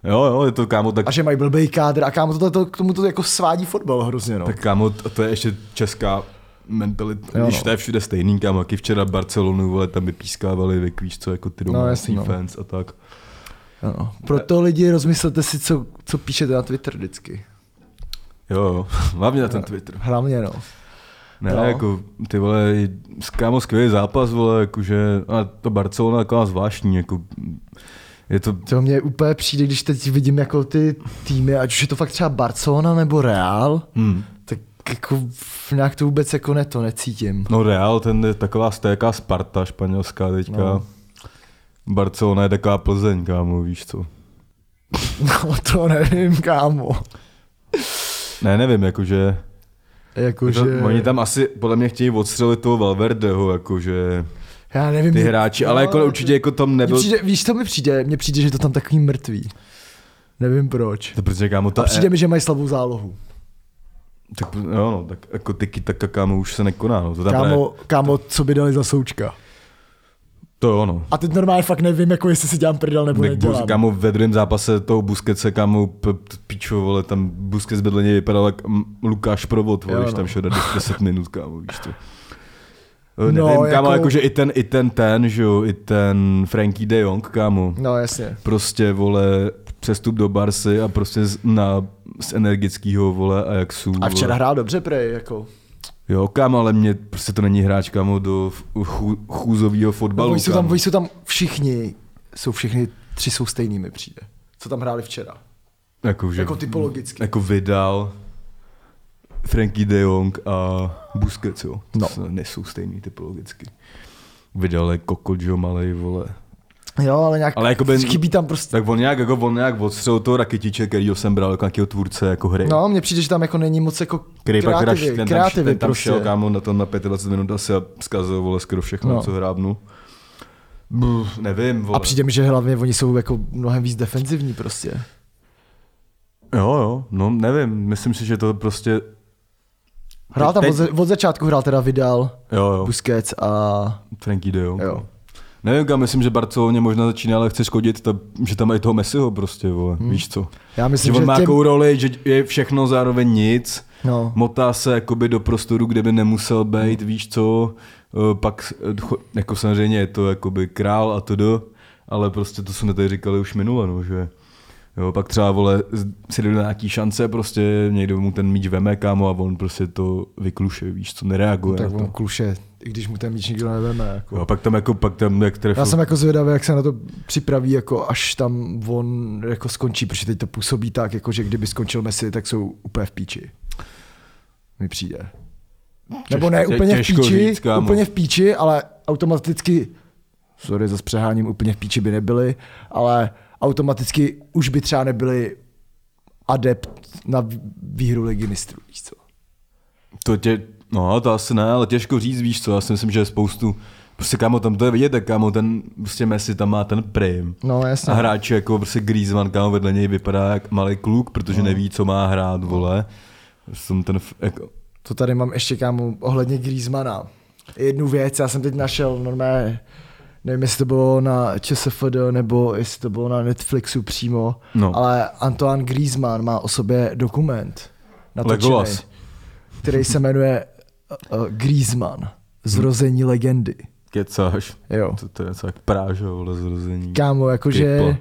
Speaker 2: Jo, jo, je to, kámo, tak
Speaker 1: A že mají blbej kádr a kámo, to, to, k tomu to jako svádí fotbal hrozně, no.
Speaker 2: Tak kámo, t- to je ještě česká mentalita,
Speaker 1: Jo,
Speaker 2: jo, když
Speaker 1: no.
Speaker 2: to je všude stejný, kámo, jak i včera Barcelonu, vole, tam vypískávali, vykvíš co, jako ty domácí
Speaker 1: jasný, no.
Speaker 2: no, fans a tak.
Speaker 1: Ano. no. Proto lidi rozmyslete si, co, co píšete na Twitter vždycky.
Speaker 2: Jo, jo, hlavně na ten Twitter.
Speaker 1: Hlavně, no.
Speaker 2: Ne,
Speaker 1: No.
Speaker 2: no. jako ty vole, s- kámo, skvělý zápas, vole, jakože, a to Barcelona je taková zvláštní, jako, je to,
Speaker 1: To mě úplně přijde, když teď vidím jako ty týmy, ať už je to fakt třeba Barcelona nebo Real,
Speaker 2: hmm.
Speaker 1: tak jako nějak to vůbec jako ne, to necítím.
Speaker 2: no Real, ten je taková stéká Sparta španělská teďka.
Speaker 1: No.
Speaker 2: No. Barcelona je taková Plzeň, kámo, víš co.
Speaker 1: No to nevím, kámo.
Speaker 2: Ne, nevím, jakože,
Speaker 1: Jakože...
Speaker 2: Jako, Oni tam asi podle mě chtějí odstřelit toho Valverdeho, jakože
Speaker 1: já nevím,
Speaker 2: ty
Speaker 1: mě-
Speaker 2: hráči, ale
Speaker 1: no,
Speaker 2: jako určitě jako tam
Speaker 1: Mně
Speaker 2: nebyl...
Speaker 1: přijde, víš, co mi přijde? Mně přijde, že to tam takový mrtvý. Nevím proč.
Speaker 2: To protože kámo, ta
Speaker 1: A přijde mi, že mají slabou zálohu.
Speaker 2: tak, jo, no, tak jako ty taka kámo už se nekoná, no, to tam právě-
Speaker 1: Kámo, kámo, co by dali za součka.
Speaker 2: to jo, no.
Speaker 1: A teď normálně fakt nevím, jako jestli si dělám prdel nebo
Speaker 2: Tak Bus,
Speaker 1: nedělám.
Speaker 2: kámo, ve druhém zápase toho Buskece, kámo, p- p- pičo, vole, tam Buskec bydleně vypadal jak mm, Lukáš Provod, vole,
Speaker 1: Jo,
Speaker 2: když
Speaker 1: no.
Speaker 2: tam šel dát 10 minut, kámo, víš to.
Speaker 1: No,
Speaker 2: Nevím,
Speaker 1: jako-
Speaker 2: kámo, jako... jakože i ten, i ten ten, že jo, i ten Frankie de Jong, kámo.
Speaker 1: No jasně.
Speaker 2: prostě vole přestup do Barsy a prostě z, na, z energického vole Ajaxu.
Speaker 1: A včera
Speaker 2: vole.
Speaker 1: hrál dobře, prej, jako.
Speaker 2: Jo, kam, ale mě prostě to není hráč kámo do chů, chůzového
Speaker 1: No,
Speaker 2: fotbalu.
Speaker 1: oni, jsou tam,
Speaker 2: kámo.
Speaker 1: oni jsou tam všichni, jsou všichni, tři jsou stejný mi přijde. Co tam hráli včera.
Speaker 2: jako, že,
Speaker 1: jako typologicky.
Speaker 2: Jako Vidal, Frankie de Jong a Busquets, jo. To
Speaker 1: No.
Speaker 2: se- nejsou stejný typologicky. Vidal je kokot, že jo, malej, vole.
Speaker 1: Jo, ale nějak
Speaker 2: Ale jako jakoby-
Speaker 1: chybí tam prostě.
Speaker 2: Tak on nějak, jako on nějak odstřel toho raketiče, kterýho jsem bral jako nějakého tvůrce, jako hry.
Speaker 1: No, mně přijde, že tam jako není moc jako
Speaker 2: který pak raš,
Speaker 1: kreativy,
Speaker 2: ten, tam,
Speaker 1: kreativy
Speaker 2: ten tam
Speaker 1: prostě.
Speaker 2: šel kámo na to na 25 minut asi a zkazil vole skoro všechno,
Speaker 1: No.
Speaker 2: no. co hrábnu. Bluh, nevím, vole.
Speaker 1: A přijde mi, že hlavně oni jsou jako mnohem víc defenzivní prostě.
Speaker 2: Jo, jo, no nevím, myslím si, že to prostě...
Speaker 1: Hrál tam
Speaker 2: Teď-
Speaker 1: od, za- od začátku hrál teda Vidal,
Speaker 2: Jo, jo,
Speaker 1: Busquets a
Speaker 2: Frankie de Jong.
Speaker 1: jo.
Speaker 2: Nevím, kam myslím, že Barceloně možná začíná lehce škodit, ta, že tam mají toho Messiho prostě, vole, hmm. víš co.
Speaker 1: Já
Speaker 2: Myslím,
Speaker 1: myslím,
Speaker 2: že on
Speaker 1: že
Speaker 2: má jako-
Speaker 1: těm,
Speaker 2: takovou roli, že je všechno zároveň nic,
Speaker 1: no,
Speaker 2: motá se jakoby do prostoru, kde by nemusel být, víš co, Eh, pak eh, cho- jako samozřejmě je to jakoby král a to do, ale prostě to jsme tady říkali už minule, no, že jo, pak třeba vole, z- si jde nějaký šance, prostě někdo mu ten míč veme, kámo, a on prostě to vykluše, víš co, nereaguje
Speaker 1: No, tak
Speaker 2: tak na to.
Speaker 1: on kluše, i když mu ten míč nikdo neveme. Jako.
Speaker 2: Jo, pak tam jako, pak tam jak trefil.
Speaker 1: Já jsem jako zvědavý, jak se na to připraví, jako až tam on jako skončí, protože teď to působí tak, jako že kdyby skončil Messi, tak jsou úplně v píči. Mi přijde. Nebo ne,
Speaker 2: tě-
Speaker 1: úplně v
Speaker 2: těžko
Speaker 1: píči,
Speaker 2: říct, kámo.
Speaker 1: úplně v píči, ale automaticky, sorry za přeháním, úplně v píči by nebyli, ale automaticky už by třeba nebyli adept na vý- výhru ligy mistrů, víš co?
Speaker 2: To tě, no to asi ne, ale těžko říct, víš co, já si myslím, že je spoustu, prostě kámo, tam to je vidět, tak kámo, ten, prostě Messi tam má ten prim.
Speaker 1: No jasně.
Speaker 2: A hráč jako prostě Griezmann, kámo, vedle něj vypadá jak malý kluk, protože no. neví, co má hrát, vole. Jsem ten, f- jako,
Speaker 1: To tady mám ještě kámo ohledně Griezmana. Jednu věc, já jsem teď našel normálně, nevím, jestli to bylo na ČSFD nebo jestli to bylo na Netflixu přímo,
Speaker 2: No.
Speaker 1: ale Antoine Griezmann má o sobě dokument natočený,
Speaker 2: Legolas.
Speaker 1: který se jmenuje uh, Griezmann. Zrození legendy.
Speaker 2: kecáš.
Speaker 1: Jo.
Speaker 2: To, to je něco jak prážo, vole, zrození.
Speaker 1: Kámo, jakože
Speaker 2: Typo.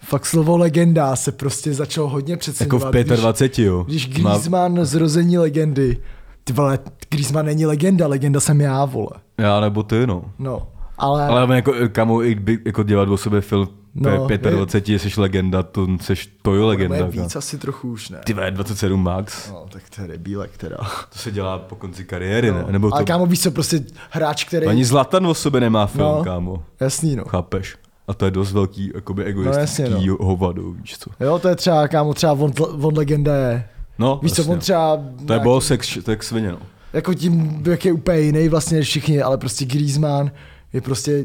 Speaker 1: fakt slovo legenda se prostě začalo hodně
Speaker 2: Jako
Speaker 1: přeceňovat.
Speaker 2: v
Speaker 1: když-
Speaker 2: 25, jo.
Speaker 1: Když Griezmann zrození legendy, ty vole, Griezmann není legenda, legenda jsem já, vole.
Speaker 2: Má, já nebo ty, no.
Speaker 1: No, ale, ale
Speaker 2: Ale jako, kamo, i by, jako dělat o sobě film,
Speaker 1: No,
Speaker 2: no, 25, jsi legenda, to, seš, to je legenda.
Speaker 1: legenda, víc
Speaker 2: kámo.
Speaker 1: asi trochu už ne.
Speaker 2: Ty vole, 27 max.
Speaker 1: No, tak to je debílek teda.
Speaker 2: To se dělá po konci kariéry, no.
Speaker 1: No.
Speaker 2: ne? Nebo
Speaker 1: Ale
Speaker 2: to...
Speaker 1: kámo, víš co, prostě hráč, který...
Speaker 2: Ani Zlatan o sobě nemá film,
Speaker 1: No.
Speaker 2: no. kámo.
Speaker 1: Jasný, no.
Speaker 2: Chápeš? A to je dost velký, jakoby egoistický
Speaker 1: No,
Speaker 2: no,
Speaker 1: jasně,
Speaker 2: jasně, no. hovado, víš co.
Speaker 1: Jo, to je třeba, kámo, třeba on, on legenda je.
Speaker 2: No,
Speaker 1: Víš co,
Speaker 2: jasně,
Speaker 1: on
Speaker 2: no.
Speaker 1: třeba...
Speaker 2: To je
Speaker 1: nějaký-
Speaker 2: bohosex, to je k svině, no.
Speaker 1: Jako tím, jak je úplně jiný vlastně než všichni, ale prostě Griezmann je prostě...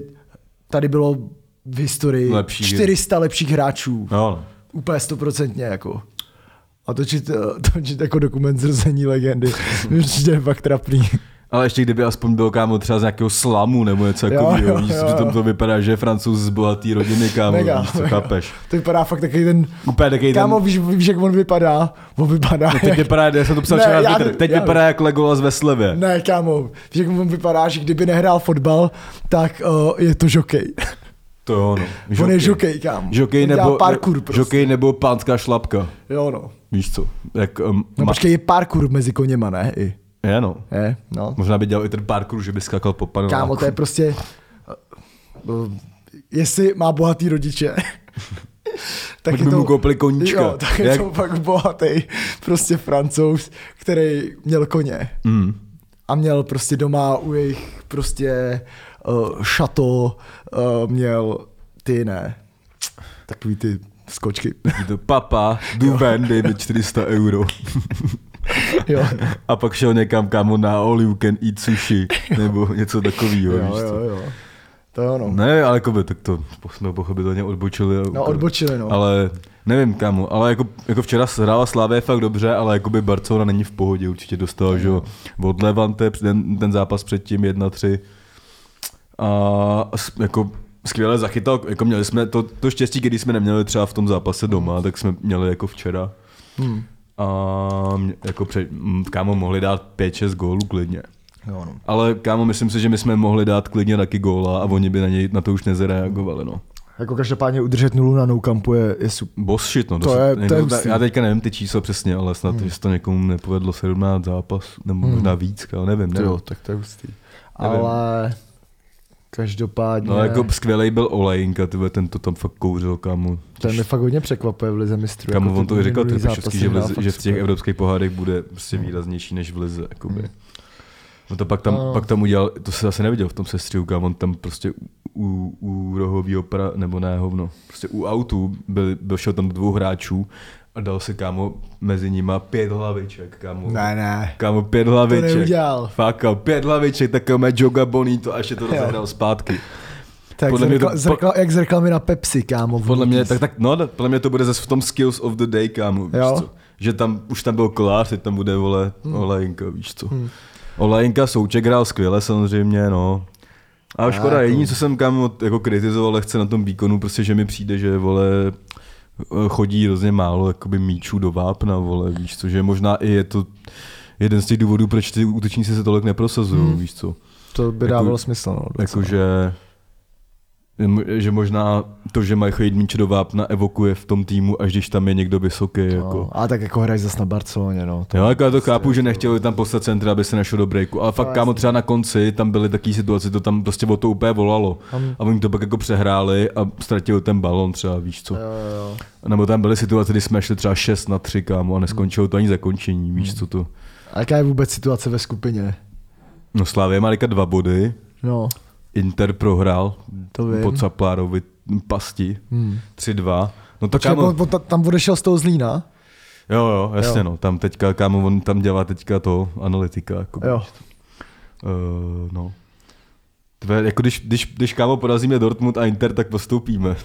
Speaker 1: Tady bylo v historii
Speaker 2: Lepší.
Speaker 1: 400 lepších hráčů.
Speaker 2: No, no.
Speaker 1: Úplně stoprocentně, jako. A točit, eh, točit jako dokument zrození legendy. mi Určitě je fakt trapný.
Speaker 2: Ale ještě kdyby aspoň byl kámo třeba z nějakého slamu nebo něco
Speaker 1: Jo,
Speaker 2: takového,
Speaker 1: jo,
Speaker 2: víš,
Speaker 1: jo,
Speaker 2: jo,
Speaker 1: jo.
Speaker 2: tam to vypadá, že je francouz z bohaté rodiny, kámo,
Speaker 1: Mega,
Speaker 2: víš, co,
Speaker 1: mega.
Speaker 2: chápeš?
Speaker 1: To vypadá fakt takový ten...
Speaker 2: Úplně takový
Speaker 1: Kámo,
Speaker 2: ten...
Speaker 1: víš, víš, jak on vypadá? On vypadá no,
Speaker 2: Teď vypadá, já jsem to psal
Speaker 1: Ne,
Speaker 2: včera
Speaker 1: já
Speaker 2: na
Speaker 1: to-
Speaker 2: Twitter, teď
Speaker 1: já-
Speaker 2: vypadá jak Legolas ve slevě.
Speaker 1: Ne, kámo, víš, jak on vypadá, že kdyby nehrál fotbal, tak uh, je to žokej.
Speaker 2: To jo, no.
Speaker 1: Žokej. On je žokej, kámo.
Speaker 2: Žokej
Speaker 1: On dělá
Speaker 2: nebo,
Speaker 1: parkour prostě. Žokej.
Speaker 2: žokej nebo pánská šlapka.
Speaker 1: Jo, no.
Speaker 2: Víš co? Jak, um,
Speaker 1: No
Speaker 2: ma-
Speaker 1: počkej, je parkour mezi koněma, ne? I.
Speaker 2: Je, no.
Speaker 1: Je, no.
Speaker 2: Možná by dělal i ten parkour, že by skákal po panu.
Speaker 1: Kámo, to je prostě... eh, Jestli má bohatý rodiče, tak
Speaker 2: Proč by mu koupili koníčka?
Speaker 1: Jo, tak je
Speaker 2: Jak-
Speaker 1: to pak bohatý prostě francouz, který měl koně.
Speaker 2: Mm.
Speaker 1: a měl prostě doma u jejich prostě uh, šato, uh, měl ty ne, takový ty skočky.
Speaker 2: Je to papa, duven, dej mi 400 euro.
Speaker 1: jo.
Speaker 2: A pak šel někam, kámo, na all you can eat sushi, nebo něco takového,
Speaker 1: jo,
Speaker 2: víš
Speaker 1: jo,
Speaker 2: co.
Speaker 1: jo. To jo, no.
Speaker 2: Ne, ale jako by, tak to jsme pochopitelně odbočili. jako-
Speaker 1: No, odbočili, no.
Speaker 2: Ale nevím, kámo, ale jako, jako včera hrála Slávě fakt dobře, ale jako by Barcelona není v pohodě, určitě
Speaker 1: No.
Speaker 2: dostal, že jo, od Levante, ten, ten zápas předtím 1-3. A s- jako skvěle zachytal, jako měli jsme to, to štěstí, když jsme neměli třeba v tom zápase doma, tak jsme měli jako včera.
Speaker 1: Hmm.
Speaker 2: A mě- jako před, m, kámo, mohli dát 5-6 gólů klidně.
Speaker 1: jo no.
Speaker 2: Ale kámo, myslím si, že my jsme mohli dát klidně taky góla a oni by na něj na to už nezareagovali, no.
Speaker 1: Jako každopádně udržet nulu na no campu je, je super.
Speaker 2: Boss shit, no.
Speaker 1: To
Speaker 2: se-
Speaker 1: je- to je
Speaker 2: jako-
Speaker 1: hustý.
Speaker 2: já teďka nevím ty čísla přesně, ale snad, hmm. že se to někomu nepovedlo 17 zápas, nebo hmm. možná víc, ale nevím, nevím.
Speaker 1: tak to je hustý.
Speaker 2: Nevím.
Speaker 1: Ale každopádně,
Speaker 2: No jako skvělej byl Olejnka, tyhle, ten to tam fakt kouřil, kámo.
Speaker 1: ten mě fakt hodně překvapuje v Lize mistrů.
Speaker 2: Kámo,
Speaker 1: jako
Speaker 2: on
Speaker 1: ty
Speaker 2: to i říkal,
Speaker 1: minulý
Speaker 2: ty
Speaker 1: zápasy
Speaker 2: Pešovský, že, v
Speaker 1: hrál
Speaker 2: lize-
Speaker 1: fakt No.
Speaker 2: že v těch
Speaker 1: super.
Speaker 2: evropských pohádech bude prostě výraznější než v Lize, jakoby. No to pak tam,
Speaker 1: Hmm. No.
Speaker 2: pak tam udělal, to se asi neviděl v tom sestřihu, kam on tam prostě u, u, u rohovýho pra, nebo ne, hovno, prostě u autů byl, došel tam do dvou hráčů a dal se kámo mezi nima pět hlaviček, kámo.
Speaker 1: Ne, ne.
Speaker 2: Kámo, pět hlaviček.
Speaker 1: neudělal.
Speaker 2: Fakt, kámo, pět hlaviček, tak kámo, má Joga Bonito, až je to
Speaker 1: Jo.
Speaker 2: rozehrál zpátky.
Speaker 1: Tak
Speaker 2: podle
Speaker 1: podle
Speaker 2: mě to-
Speaker 1: zrekla, zrekla, jak z reklamy na Pepsi, kámo. v
Speaker 2: Podle mě,
Speaker 1: Movies.
Speaker 2: tak, tak, no, podle mě to bude zase v tom Skills of the Day, kámo, víš
Speaker 1: Jo.
Speaker 2: co? Že tam, už tam byl kolář, teď tam bude, vole, Olajinka, víš co. Olajinka Souček hrál skvěle samozřejmě, no. A škoda, jediný, co jsem kámo jako kritizoval lehce na tom výkonu, prostě, že mi přijde, že, vole, eh, chodí hrozně málo jakoby míčů do vápna, vole, víš co, že možná i je to jeden z těch důvodů, proč ty útočníci se tolik neprosazují, víš co.
Speaker 1: To by
Speaker 2: jako-
Speaker 1: dávalo smysl, no. docela.
Speaker 2: Jakože že možná to, že jako mají chodit míč do vápna, evokuje v tom týmu, až když tam je někdo vysoký. No. Jako.
Speaker 1: No, a tak jako hraješ zase na Barceloně, no.
Speaker 2: Jo, jako No, já to chápu, že nechtěli tam poslat centra, aby se našel do breaku, ale fakt kámo třeba na konci tam byly takové situace, to tam prostě o to úplně volalo. A oni to pak jako přehráli a ztratili ten balon třeba, víš co.
Speaker 1: Jo, jo.
Speaker 2: Nebo tam byly situace, kdy jsme šli třeba 6 na 3 kámo a neskončilo to ani zakončení, víš co to.
Speaker 1: A jaká je vůbec situace ve skupině?
Speaker 2: No Slávě má teďka dva body,
Speaker 1: No,
Speaker 2: Inter prohrál
Speaker 1: To vím.
Speaker 2: po Caplárovi pasti hmm. 3-2. No to
Speaker 1: Kámo.
Speaker 2: kámo,
Speaker 1: jako On, on, ta- tam odešel z toho zlína?
Speaker 2: jo, jo, jasně
Speaker 1: Jo.
Speaker 2: jo. no, tam teďka, kámo, on tam dělá teďka to, analytika, jako,
Speaker 1: Jo.
Speaker 2: Uh, no. Tve, jako když, když, když kámo porazíme Dortmund a Inter, tak postoupíme.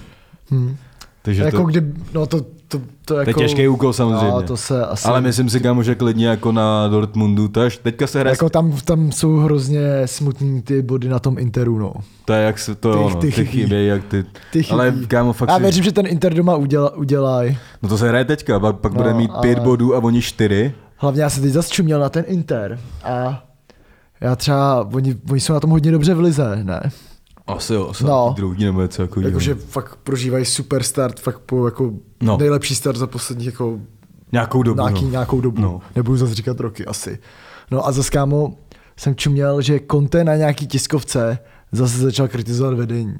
Speaker 1: Hm.
Speaker 2: Takže
Speaker 1: Jako
Speaker 2: to,
Speaker 1: to... kdy, no to, to, to
Speaker 2: to je
Speaker 1: jako...
Speaker 2: těžký úkol samozřejmě.
Speaker 1: No, to se asi...
Speaker 2: Ale myslím si, kámo, že klidně jako na Dortmundu, to je, teďka se hraje,
Speaker 1: Jako tam, tam jsou hrozně smutný ty body na tom Interu, no.
Speaker 2: to je jak se to,
Speaker 1: Ty-
Speaker 2: ty, ono,
Speaker 1: ty
Speaker 2: ty, ty
Speaker 1: chybí.
Speaker 2: chybějí, jak ty,
Speaker 1: Ty chybí.
Speaker 2: ale kámo, fakt
Speaker 1: Já
Speaker 2: si-
Speaker 1: věřím, že ten Inter doma uděla, udělají.
Speaker 2: no to se hraje teďka, pak, pak
Speaker 1: No,
Speaker 2: no, bude mít pět
Speaker 1: ale-
Speaker 2: bodů a oni čtyři.
Speaker 1: Hlavně já se teď zase čuměl na ten Inter a já třeba, oni, oni jsou na tom hodně dobře v lize, ne?
Speaker 2: Asi jo, asi
Speaker 1: No.
Speaker 2: no. druhý nebo něco jako
Speaker 1: Jakože fakt prožívají super start, fakt po jako no.
Speaker 2: No.
Speaker 1: nejlepší start za poslední jako
Speaker 2: Nějakou dobu.
Speaker 1: nějaký,
Speaker 2: no.
Speaker 1: nějakou dobu. No.
Speaker 2: No.
Speaker 1: Nebudu zase říkat roky asi. No a zase kámo, jsem čuměl, že Conte na nějaký tiskovce zase začal kritizovat vedení.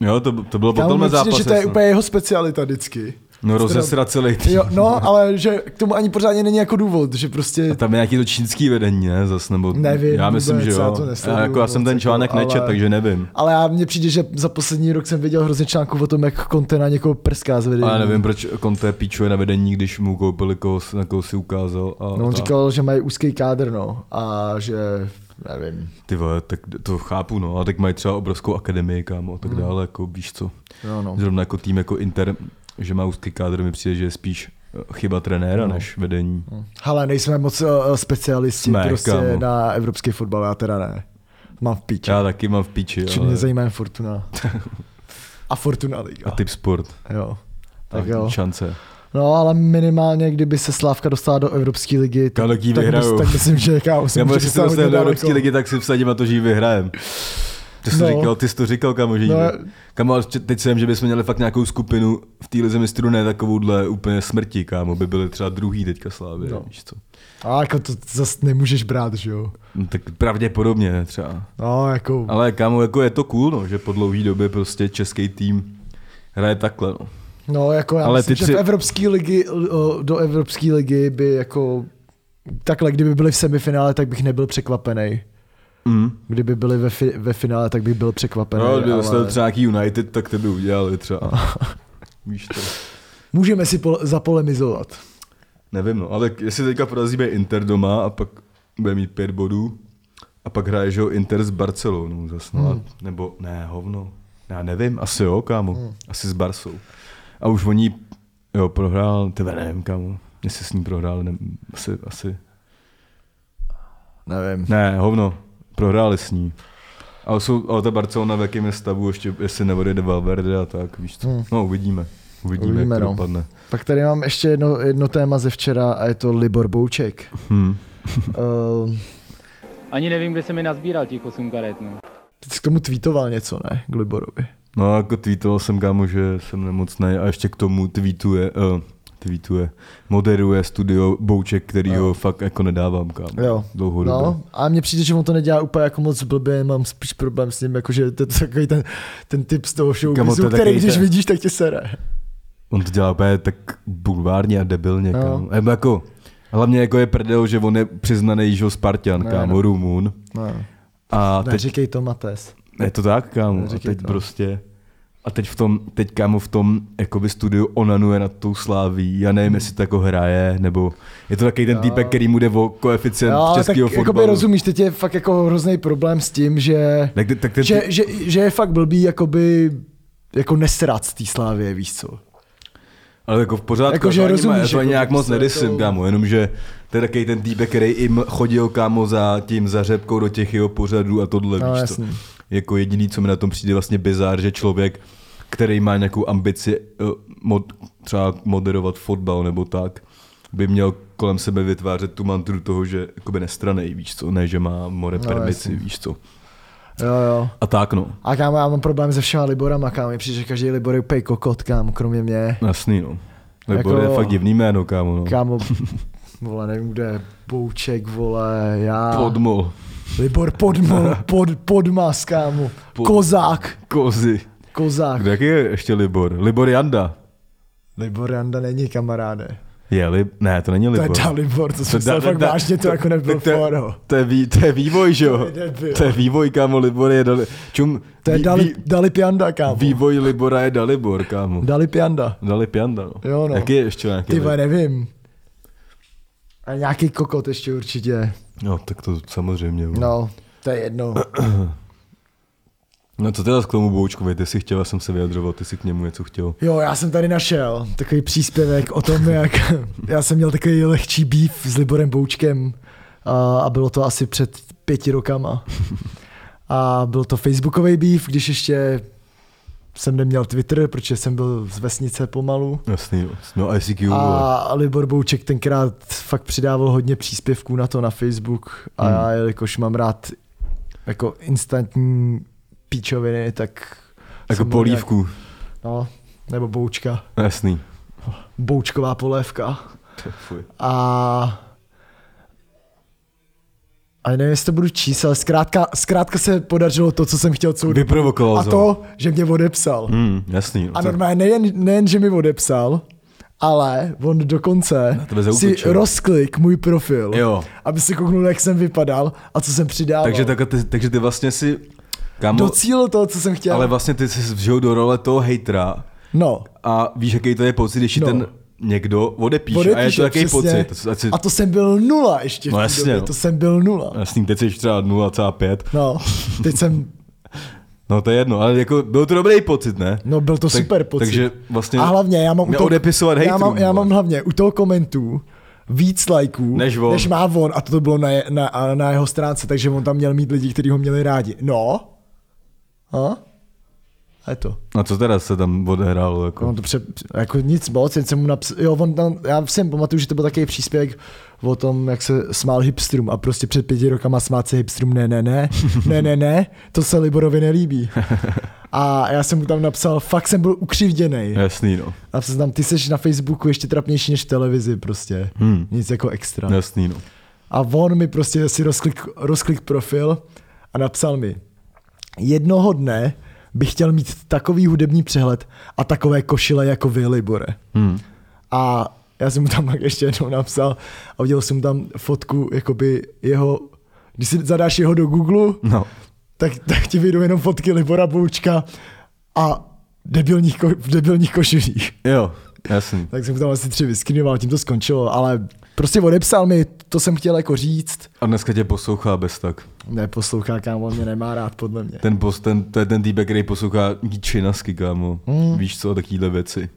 Speaker 2: Jo, to, to bylo po
Speaker 1: Kámo, mi
Speaker 2: tomhle
Speaker 1: přijde,
Speaker 2: zápase.
Speaker 1: že to je
Speaker 2: no.
Speaker 1: úplně jeho specialita vždycky.
Speaker 2: No rozesrat celý tým.
Speaker 1: Jo, no, ale že k tomu ani pořádně není jako důvod, že prostě
Speaker 2: A tam je nějaký to čínský vedení, ne? Zas, nebo...
Speaker 1: Nevím
Speaker 2: Já myslím,
Speaker 1: vůbec,
Speaker 2: že
Speaker 1: já
Speaker 2: jo.
Speaker 1: to nesleduju
Speaker 2: jako, já jsem
Speaker 1: moc,
Speaker 2: ten
Speaker 1: jako,
Speaker 2: článek
Speaker 1: ale-
Speaker 2: nečet, takže nevím.
Speaker 1: Ale já mně přijde, že za poslední rok jsem viděl hrozně článků o tom, jak Conte na někoho prská z vedení.
Speaker 2: Ale nevím, proč Conte píčuje na vedení, když mu koupili, koho, na koho si ukázal. A
Speaker 1: No, on
Speaker 2: tak.
Speaker 1: říkal, že mají úzký kádr, no. A že, nevím.
Speaker 2: Ty vole, tak to chápu, no. A tak mají třeba obrovskou akademii, kámo, a
Speaker 1: Hmm.
Speaker 2: tak dále, jako víš co.
Speaker 1: No, no.
Speaker 2: Zrovna jako tým jako Inter, že má úzký kádr, mi přijde, že je spíš eh, chyba trenéra,
Speaker 1: No.
Speaker 2: než vedení.
Speaker 1: Hmm. Hele, nejsme moc uh, specialisti
Speaker 2: Jsme,
Speaker 1: prostě
Speaker 2: kámo.
Speaker 1: na evropský fotbal, já teda ne. Mám v píči.
Speaker 2: Já taky mám v píči,
Speaker 1: Či
Speaker 2: ale...
Speaker 1: mě zajímá jen Fortuna. A Fortuna Liga.
Speaker 2: A typ sport.
Speaker 1: Jo. Tak
Speaker 2: Tak
Speaker 1: jo.
Speaker 2: Šance.
Speaker 1: No, ale minimálně, kdyby se Slávka dostala do Evropské ligy, tak,
Speaker 2: Kámo,
Speaker 1: tak,
Speaker 2: tak ji
Speaker 1: mys-
Speaker 2: vyhrajou.
Speaker 1: tak myslím, že kámo, se jako-
Speaker 2: Já
Speaker 1: může
Speaker 2: jestli se
Speaker 1: dostat hodně
Speaker 2: dostaneme do Evropské
Speaker 1: daleko.
Speaker 2: ligy, tak si vsadím na to, že ji vyhrajem. Ty jsi,
Speaker 1: No.
Speaker 2: no. říkal, ty jsi to říkal, kamo, že jí
Speaker 1: No.
Speaker 2: vy- Kamo, ale teď jsem, že bychom měli fakt nějakou skupinu v té lize mistrů, ne takovouhle úplně smrti, kámo, by byly třeba druhý teďka Slávě,
Speaker 1: No.
Speaker 2: no. víš co.
Speaker 1: A jako to zase nemůžeš brát, že jo.
Speaker 2: No, tak pravděpodobně ne, třeba.
Speaker 1: No, jako...
Speaker 2: Ale kámo, jako je to cool, no, že po dlouhý době prostě český tým hraje takhle, no.
Speaker 1: No, jako já ale
Speaker 2: Ale
Speaker 1: myslím,
Speaker 2: ty
Speaker 1: že
Speaker 2: tři-
Speaker 1: v Evropské ligy, o, do Evropské ligy by jako takhle, kdyby byli v semifinále, tak bych nebyl překvapený.
Speaker 2: Mm.
Speaker 1: Kdyby byli ve, fi, ve finále, tak bych byl překvapený.
Speaker 2: No, kdyby dostali
Speaker 1: ale...
Speaker 2: třeba nějaký United, tak ty by udělali třeba. víš to.
Speaker 1: Můžeme si pol, zapolemizovat.
Speaker 2: Nevím, no, ale jestli teďka porazíme Inter doma a pak bude mít pět bodů a pak hraje, že jo, Inter s Barcelonou zas, no, hmm. nebo ne, hovno. Já nevím, asi jo, kámo, hmm. asi s Barsou. A už oni, jo, prohrál, tebe nevím, kámo, jestli s ní prohrál, ne, asi, asi,
Speaker 1: Nevím.
Speaker 2: ne, hovno, prohráli s ní. Ale, jsou, ale ta Barcelona v jakém je stavu, ještě jestli nebude Valverde a tak, víš co.
Speaker 1: Hmm.
Speaker 2: No, uvidíme. Uvidíme,
Speaker 1: Uvidíme,
Speaker 2: uvidíme jak
Speaker 1: no.
Speaker 2: to dopadne.
Speaker 1: Pak tady mám ještě jedno, jedno téma ze včera a je to Libor Bouček.
Speaker 2: Hmm.
Speaker 1: Uh,
Speaker 4: Ani nevím, kde se mi nazbíral těch 8 karet. No.
Speaker 1: teď jsi k tomu tweetoval něco, ne? K Liborovi.
Speaker 2: No jako tweetoval jsem kámo, že jsem nemocný a ještě k tomu tweetuje, uh, tweetuje, moderuje studio Bouček, který no. ho fakt jako nedávám kámo.
Speaker 1: Jo.
Speaker 2: Dlouhodobě.
Speaker 1: No, a mně přijde, že on to nedělá úplně jako moc blbě, mám spíš problém s ním, jakože to je takový ten, ten typ z toho
Speaker 2: Kamo, to
Speaker 1: showbizu,
Speaker 2: je
Speaker 1: který
Speaker 2: takový
Speaker 1: když
Speaker 2: ten-
Speaker 1: vidíš, tak tě sere.
Speaker 2: On to dělá úplně tak bulvárně a debilně
Speaker 1: No.
Speaker 2: kámo. Nebo jako, hlavně jako je prdel, že on je přiznaný, že ho Spartan
Speaker 1: Ne,
Speaker 2: kámo,
Speaker 1: no.
Speaker 2: Rumun.
Speaker 1: No.
Speaker 2: A teď,
Speaker 1: Neříkej to, Mates.
Speaker 2: je to tak kámo, a
Speaker 1: Neříkej
Speaker 2: teď
Speaker 1: to.
Speaker 2: prostě A teď v tom, teď kámo v tom jakoby studiu onanuje nad tou sláví. Já nevím, jestli to jako hraje, nebo je to takový ten týpek, který mu jde o koeficient
Speaker 1: Jo,
Speaker 2: jo,
Speaker 1: ale tak
Speaker 2: českého
Speaker 1: jakoby
Speaker 2: fotbalu.
Speaker 1: rozumíš, teď je fakt jako hrozný problém s tím, že,
Speaker 2: Tak ty- tak ty-
Speaker 1: že, že, že, je fakt blbý jakoby jako nesrat z té slávy, víš co.
Speaker 2: Ale jako v pořádku,
Speaker 1: Jako,
Speaker 2: jako,
Speaker 1: že
Speaker 2: že já to ani,
Speaker 1: rozumíš,
Speaker 2: já to ani
Speaker 1: jako,
Speaker 2: nějak moc
Speaker 1: prostě
Speaker 2: nedysím,
Speaker 1: to-
Speaker 2: to... kámo, jenomže to je takový ten týpek, který jim chodil, kámo, za tím zařepkou do těch jeho pořadů a tohle,
Speaker 1: No,
Speaker 2: no, víš to.
Speaker 1: jasný.
Speaker 2: Jako jediný, co mi na tom přijde vlastně bizár, že člověk, který má nějakou ambici eh, mod, třeba moderovat fotbal nebo tak, by měl kolem sebe vytvářet tu mantru toho, že jakoby nestranej, víš co, ne, že má more
Speaker 1: No,
Speaker 2: permici,
Speaker 1: jasný.
Speaker 2: víš co.
Speaker 1: Jo, jo.
Speaker 2: A tak no,
Speaker 1: A kámo, já mám problém se všema Liborama, kámo, mi přijde, že každý Libor je úplně kokot, kámo, kromě mě.
Speaker 2: jasný no. Nebo
Speaker 1: Jako-
Speaker 2: jako... je fakt divný jméno, kámo, no.
Speaker 1: Kámo, vole, nevím, kde je Bouček, vole, já.
Speaker 2: Podmol,
Speaker 1: Libor Podmol, pod, Podmas, kámo.
Speaker 2: Pod-
Speaker 1: Kozák,
Speaker 2: kozy.
Speaker 1: Kozák.
Speaker 2: Kdo jaký je ještě Libor? Libor Janda.
Speaker 1: Libor Janda není kamaráde.
Speaker 2: Je Lib... Ne, to není Libor.
Speaker 1: To je Dalibor, to jsem
Speaker 2: da-
Speaker 1: myslel fakt
Speaker 2: da-
Speaker 1: vážně, to jako nebyl
Speaker 2: tak to, je-
Speaker 1: foro.
Speaker 2: to, je, vý- to je vývoj, že
Speaker 1: To
Speaker 2: jo?
Speaker 1: je debil.
Speaker 2: To je vývoj, kámo, Libor je Dali... Čum,
Speaker 1: To je
Speaker 2: vý-
Speaker 1: Dali,
Speaker 2: vý-
Speaker 1: Dalip Janda, kámo.
Speaker 2: Vývoj Libora je Dalibor, kámo.
Speaker 1: Dalip Janda.
Speaker 2: Dali Pjanda, no.
Speaker 1: Jo, no.
Speaker 2: Jaký je ještě nějaký?
Speaker 1: Ty vole,
Speaker 2: Lib-
Speaker 1: nevím. A nějaký kokot ještě určitě.
Speaker 2: No, tak to samozřejmě. No.
Speaker 1: No, to je jedno.
Speaker 2: no co teda k tomu Boučkovi? Ty jsi chtěl, já jsem se vyjadřoval, ty jsi k němu něco chtěl.
Speaker 1: Jo, já jsem tady našel takový příspěvek o tom, jak já jsem měl takový lehčí býv s Liborem Boučkem a, a bylo to asi před pěti rokama. A byl to facebookový býv, když ještě jsem neměl Twitter, protože jsem byl z vesnice pomalu.
Speaker 2: Jasný, no. No ICQ, a...
Speaker 1: A Libor Bouček tenkrát fakt přidával hodně příspěvků na to na Facebook a já, jelikož mám rád jako instantní píčoviny, tak
Speaker 2: jako
Speaker 1: jsem byl nějak-
Speaker 2: polívku.
Speaker 1: No, nebo boučka.
Speaker 2: Jasný.
Speaker 1: Boučková polévka.
Speaker 2: Fuj.
Speaker 1: A a nevím, jestli to budu číst, ale zkrátka, zkrátka se podařilo to, co jsem chtěl co
Speaker 2: Vyprovokoval
Speaker 1: A
Speaker 2: jsem.
Speaker 1: to, že mě odepsal.
Speaker 2: Hmm, jasný. No,
Speaker 1: A
Speaker 2: to-
Speaker 1: normálně nejen, nejen, že mi odepsal, ale on dokonce
Speaker 2: tebe
Speaker 1: si
Speaker 2: zaútočil.
Speaker 1: rozklik můj profil,
Speaker 2: Jo.
Speaker 1: aby si kouknul, jak jsem vypadal a co jsem přidával.
Speaker 2: takže, tak, ty, takže ty vlastně si... Kámo,
Speaker 1: Docílil toho, co jsem chtěl.
Speaker 2: Ale vlastně ty jsi vžil do role toho hejtera
Speaker 1: No.
Speaker 2: a víš, jaký to je pocit, když no.
Speaker 1: No.
Speaker 2: ten někdo odepíše,
Speaker 1: Odepíše,
Speaker 2: a je to jaký
Speaker 1: přesně.
Speaker 2: pocit. A, si,
Speaker 1: A to jsem byl nula ještě v
Speaker 2: No
Speaker 1: té
Speaker 2: jasně,
Speaker 1: době,
Speaker 2: no.
Speaker 1: to jsem byl nula.
Speaker 2: Jasný, teď jsi třeba 0,5.
Speaker 1: No, teď jsem,
Speaker 2: No to je jedno, ale jako byl to dobrý pocit, ne?
Speaker 1: no byl to
Speaker 2: Tak-
Speaker 1: super pocit.
Speaker 2: Takže vlastně
Speaker 1: A hlavně, já mám u toho, já
Speaker 2: neodepisovat
Speaker 1: mám,
Speaker 2: hejterům,
Speaker 1: já mám
Speaker 2: vole.
Speaker 1: hlavně u toho komentů víc lajků,
Speaker 2: Než on.
Speaker 1: než má on, a to bylo na, je- na, a na jeho stránce, takže on tam měl mít lidi, kteří ho měli rádi. No. A? A je to.
Speaker 2: A co teda se tam odehrálo? Jako?
Speaker 1: On to pře, jako nic moc, jen jsem mu napsal, jo, on tam, já si jen pamatuju, že to byl takový příspěvek o tom, jak se smál hipsterům a prostě před pěti rokama smát se hipsterům, ne, ne, ne, ne, ne, ne, to se Liborovi nelíbí. A já jsem mu tam napsal, fakt jsem byl ukřivděný.
Speaker 2: Jasný, no.
Speaker 1: A jsem tam, ty jsi na Facebooku ještě trapnější než v televizi prostě. Hmm. Nic jako extra.
Speaker 2: Jasný, no.
Speaker 1: A on mi prostě si rozklik, rozklik profil a napsal mi, jednoho dne bych chtěl mít takový hudební přehled a takové košile jako vy, Libore. Hmm. A já jsem mu tam pak ještě jednou napsal a udělal jsem tam fotku jakoby jeho, když si zadáš jeho do Google,
Speaker 2: No.
Speaker 1: tak, tak ti vyjdou jenom fotky Libora Boučka a debilních, ko- v debilních košilích.
Speaker 2: Jo, jasný.
Speaker 1: Tak jsem tam asi tři vyskinoval, tím to skončilo, ale prostě odepsal mi, to jsem chtěl jako říct.
Speaker 2: A dneska tě poslouchá bez tak.
Speaker 1: Ne, poslouchá kámo, on mě nemá rád, podle mě.
Speaker 2: Ten, post, ten, to je ten týpek, který poslouchá činasky, kámo.
Speaker 1: Hmm.
Speaker 2: Mm. Víš co, takovýhle věci.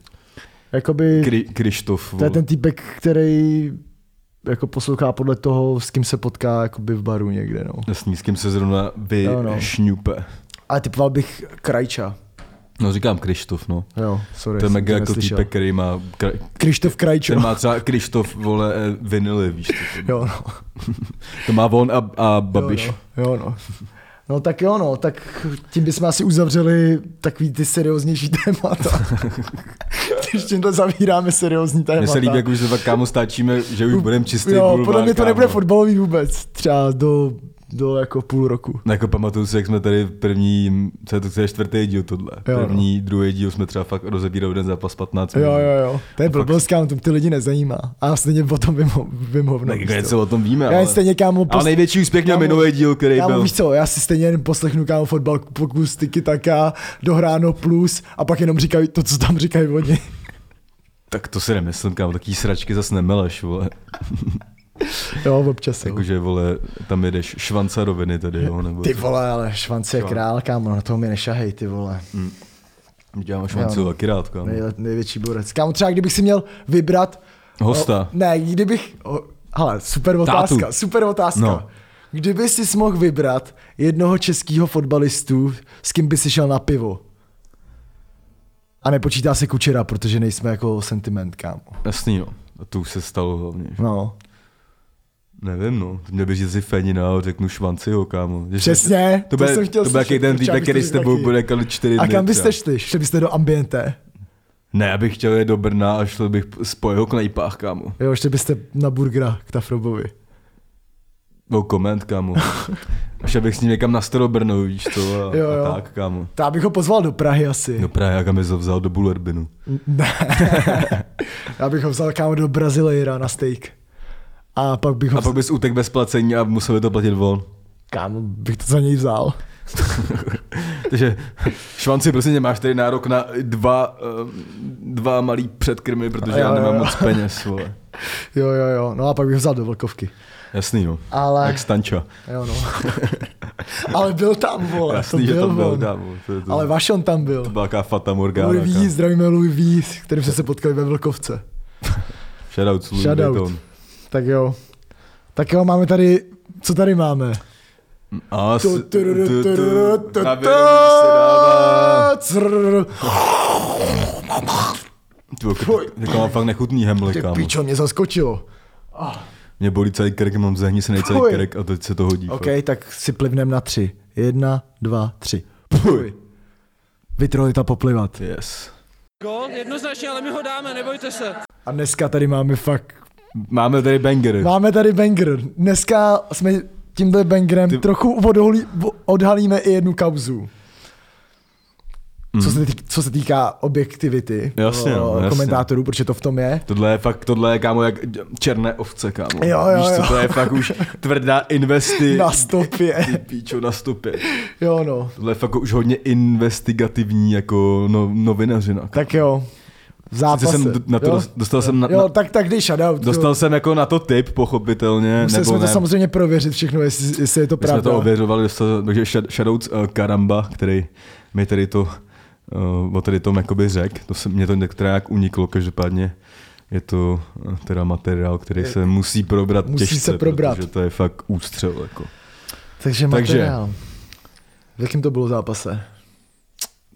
Speaker 1: Jakoby,
Speaker 2: Kry, Krištof.
Speaker 1: to je
Speaker 2: vole.
Speaker 1: ten týpek, který jako poslouchá podle toho, s kým se potká jakoby v baru někde, no.
Speaker 2: Jasný, s kým se zrovna vy
Speaker 1: Jo,
Speaker 2: jo,
Speaker 1: no.
Speaker 2: no. šňupe.
Speaker 1: Ale typoval bych Krajča.
Speaker 2: No říkám Krištof, no.
Speaker 1: Jo, sorry.
Speaker 2: To je
Speaker 1: jsem
Speaker 2: mega
Speaker 1: tě
Speaker 2: jako
Speaker 1: neslyšel.
Speaker 2: týpek, který má, kra-
Speaker 1: Krištof Krajčo.
Speaker 2: ten má třeba Krištof, vole, eh, vinily, víš co. to-
Speaker 1: Jo, no.
Speaker 2: To má on a, a Babiš.
Speaker 1: Jo, no. jo, no. No tak jo, no, tak tím bychom asi uzavřeli takový ty serióznější témata. Když tímhle zavíráme seriózní témata.
Speaker 2: Mně se líbí, jak už se fakt kámo stáčíme, že už budeme čistý
Speaker 1: jo,
Speaker 2: bulvár,
Speaker 1: podle mě to
Speaker 2: kámo.
Speaker 1: nebude fotbalový vůbec. Třeba do do jako půl roku.
Speaker 2: No jako pamatuju si, jak jsme tady první, co je to, co je čtvrtý díl tohle.
Speaker 1: Jo, no.
Speaker 2: první, druhý díl jsme třeba fakt rozebírali jeden zápas 15
Speaker 1: Jo,
Speaker 2: minut.
Speaker 1: jo, jo. To je
Speaker 2: A pak-
Speaker 1: blbost, kámo, to ty lidi nezajímá. A stejně o tom vím, vím hovno.
Speaker 2: Tak jako
Speaker 1: víš co.
Speaker 2: něco o tom víme,
Speaker 1: Já
Speaker 2: ale,
Speaker 1: ale... stejně kámo, prostě-
Speaker 2: ale největší úspěch měl
Speaker 1: kámo-
Speaker 2: minulý díl, který
Speaker 1: kámo,
Speaker 2: byl.
Speaker 1: víš co, já si stejně jen poslechnu kámo fotbal, pokus, tiki taka, dohráno plus a pak jenom říkají to, co tam říkají oni.
Speaker 2: Tak to si nemyslím, kámo, taký sračky zas nemeleš, vole.
Speaker 1: jo, občas jo.
Speaker 2: Jakože, vole, tam jedeš švancaroviny tady, jo, nebo...
Speaker 1: Ty vole, ale švance je král, kámo, na toho mi nešahej, ty vole.
Speaker 2: No. Dělám švancu
Speaker 1: Jo, no.
Speaker 2: taky rád, kámo.
Speaker 1: Nejle, největší borec. Kámo, třeba kdybych si měl vybrat...
Speaker 2: Hosta.
Speaker 1: O, ne, kdybych... O, hele, super otázka,
Speaker 2: Tátu.
Speaker 1: super otázka.
Speaker 2: No.
Speaker 1: No. Kdyby si mohl vybrat jednoho českého fotbalistu, s kým by si šel na pivo? A nepočítá se kučera, protože nejsme jako sentiment, kámo.
Speaker 2: Jasný, no. A to už se stalo hlavně. že-
Speaker 1: No,
Speaker 2: Nevím, no. To Mě běží si fenina a řeknu švanciho, kámo. Že-
Speaker 1: přesně, to,
Speaker 2: To bude,
Speaker 1: jsem chtěl
Speaker 2: to bude jaký
Speaker 1: slyšet.
Speaker 2: ten
Speaker 1: Třeba
Speaker 2: týpek,
Speaker 1: byste
Speaker 2: který s
Speaker 1: řekl
Speaker 2: tebou
Speaker 1: taky.
Speaker 2: bude kalit čtyři
Speaker 1: A
Speaker 2: dny
Speaker 1: kam
Speaker 2: třeba.
Speaker 1: byste šli? Šli byste do ambiente?
Speaker 2: Ne, já bych chtěl jít do Brna a šel bych po jeho knajpách, kámo.
Speaker 1: Jo, šli byste na burgera k Tafrobovi.
Speaker 2: No, koment, kámo. A šel bych s ním někam na Starobrno, víš to, a,
Speaker 1: Jo, jo.
Speaker 2: a tak, kámo.
Speaker 1: To já bych ho pozval do Prahy asi.
Speaker 2: No právě, jak mi to vzal do Bullerbinu.
Speaker 1: Já bych ho vzal kámo do Brazilejra na steak. A pak bych ho
Speaker 2: A pak
Speaker 1: vzal,
Speaker 2: bys utek bez placení a musel by to platit von.
Speaker 1: kámo, bych to za něj vzal.
Speaker 2: Takže švanci, prosím tě, máš tady nárok na dva, ehm, dva malý předkrmy, protože
Speaker 1: Jo,
Speaker 2: já
Speaker 1: jo,
Speaker 2: nemám
Speaker 1: jo.
Speaker 2: moc peněz, vole.
Speaker 1: Jo, jo, jo, no a pak bych ho vzal do Vlkovky.
Speaker 2: Jasný, no.
Speaker 1: Ale-
Speaker 2: Jak Stanča.
Speaker 1: Jo, no. Ale byl tam, vole,
Speaker 2: Jasný,
Speaker 1: to
Speaker 2: že
Speaker 1: byl,
Speaker 2: tam byl,
Speaker 1: on.
Speaker 2: kámo. To, je to,
Speaker 1: Ale Vašon tam byl.
Speaker 2: to byla jaká Fata Morgana.
Speaker 1: Louis V,
Speaker 2: kámo.
Speaker 1: zdravíme Louis V, s kterým jsme se potkali ve Vlkovce.
Speaker 2: Shoutout, Louis
Speaker 1: Shoutout.
Speaker 2: Vuitton.
Speaker 1: Tak jo. Tak jo, máme tady, co tady máme?
Speaker 2: A s-
Speaker 1: Tu, tu, tu, tu, tu, tu, tu, tu.
Speaker 2: na vědomí se dává.
Speaker 1: Crrr.
Speaker 2: Ty vole, Jako mám fakt nechutný hemle,
Speaker 1: Ty
Speaker 2: kámo.
Speaker 1: pičo, mě zaskočilo.
Speaker 2: Mě bolí celý krk, mám zahnícený celý
Speaker 1: Fuj.
Speaker 2: krk a teď se to hodí.
Speaker 1: OK,
Speaker 2: fakt.
Speaker 1: tak si plivnem na tři. Jedna, dva, tři. Puj. Vytrojit a poplivat.
Speaker 2: Yes.
Speaker 3: Gol, jednoznačně, ale my ho dáme, nebojte se.
Speaker 1: A dneska tady máme fakt...
Speaker 2: Máme tady banger.
Speaker 1: Máme tady banger. Dneska jsme tímhle bangerem
Speaker 2: Ty-
Speaker 1: Ty... trochu odholí, odhalíme i jednu kauzu. Co se, tý, co se týká objektivity
Speaker 2: Mhm. Jasně, no,
Speaker 1: o,
Speaker 2: jasně.
Speaker 1: komentátorů, protože to v tom je.
Speaker 2: Tohle je fakt, tohle je kámo jak černé ovce, kámo.
Speaker 1: Jo, jo,
Speaker 2: Víš co,
Speaker 1: jo.
Speaker 2: to je fakt už tvrdá investi.
Speaker 1: Na stopě.
Speaker 2: Ty píčo, na stopě.
Speaker 1: Jo no.
Speaker 2: Tohle je fakt už hodně investigativní jako no, novinařina.
Speaker 1: Tak jo. V zápase.
Speaker 2: Sice jsem d- na to
Speaker 1: jo?
Speaker 2: dos- dostal jsem na-
Speaker 1: jo,
Speaker 2: na-
Speaker 1: tak, tak dej shoutout.
Speaker 2: Dostal jsem jako na to tip, pochopitelně,
Speaker 1: Museli
Speaker 2: nebo
Speaker 1: jsme
Speaker 2: ne.
Speaker 1: to samozřejmě prověřit všechno, jestli, jestli je to
Speaker 2: My
Speaker 1: pravda.
Speaker 2: jsme to ověřovali, dostal- takže ša- Shoutouts eh, Karamba, který mi tady to, uh, o tady tom jakoby řek, to se, mě to některá jak uniklo, každopádně je to eh, teda materiál, který se musí probrat
Speaker 1: musí
Speaker 2: těžce,
Speaker 1: se probrat.
Speaker 2: protože to je fakt ústřel. Jako.
Speaker 1: Takže
Speaker 2: Takže-
Speaker 1: materiál. V jakém to bylo zápase?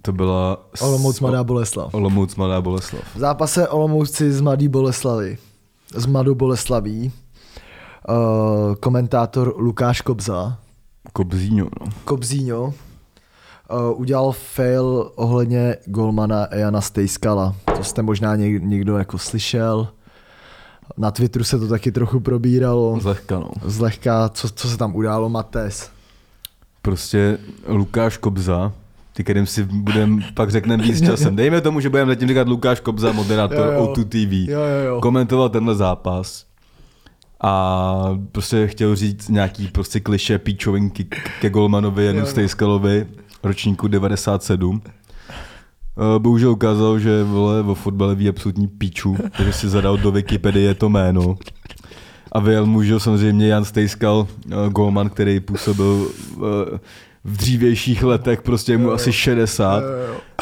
Speaker 2: To byla... s-
Speaker 1: Olomouc Mladá Boleslav.
Speaker 2: Olomouc Mladá Boleslav.
Speaker 1: V zápase Olomouci z Mladý Boleslavy. Z Mladou Boleslaví. Uh, komentátor Lukáš Kobza,
Speaker 2: Kobzíňo, no.
Speaker 1: Kobzíňo, uh, udělal fail ohledně golmana Ejana Stejskala. To jste možná něk- někdo jako slyšel. Na Twitteru se to taky trochu probíralo.
Speaker 2: Zlehka, no.
Speaker 1: Zlehka, co, co se tam událo, Mates.
Speaker 2: Prostě Lukáš Kobza, ty kterým si budem, pak řekneme víc časem. Dejme tomu, že budeme zatím říkat Lukáš Kobza, moderátor
Speaker 1: Jo, jo.
Speaker 2: O2 TV.
Speaker 1: Jo, jo, jo.
Speaker 2: Komentoval tenhle zápas a prostě chtěl říct nějaký prostě kliše píčovinky k- ke Golmanovi, Janu
Speaker 1: Jo, no. jo.
Speaker 2: Stejskalovi, ročníku 97. Eh, Bohužel ukázal, že vole o fotbale ví absolutní píču, takže si zadal do Wikipedie to jméno. A vyjel mu, že jo, samozřejmě Jan Stejskal, eh, golman, který působil eh, v dřívějších letech, prostě mu asi 60.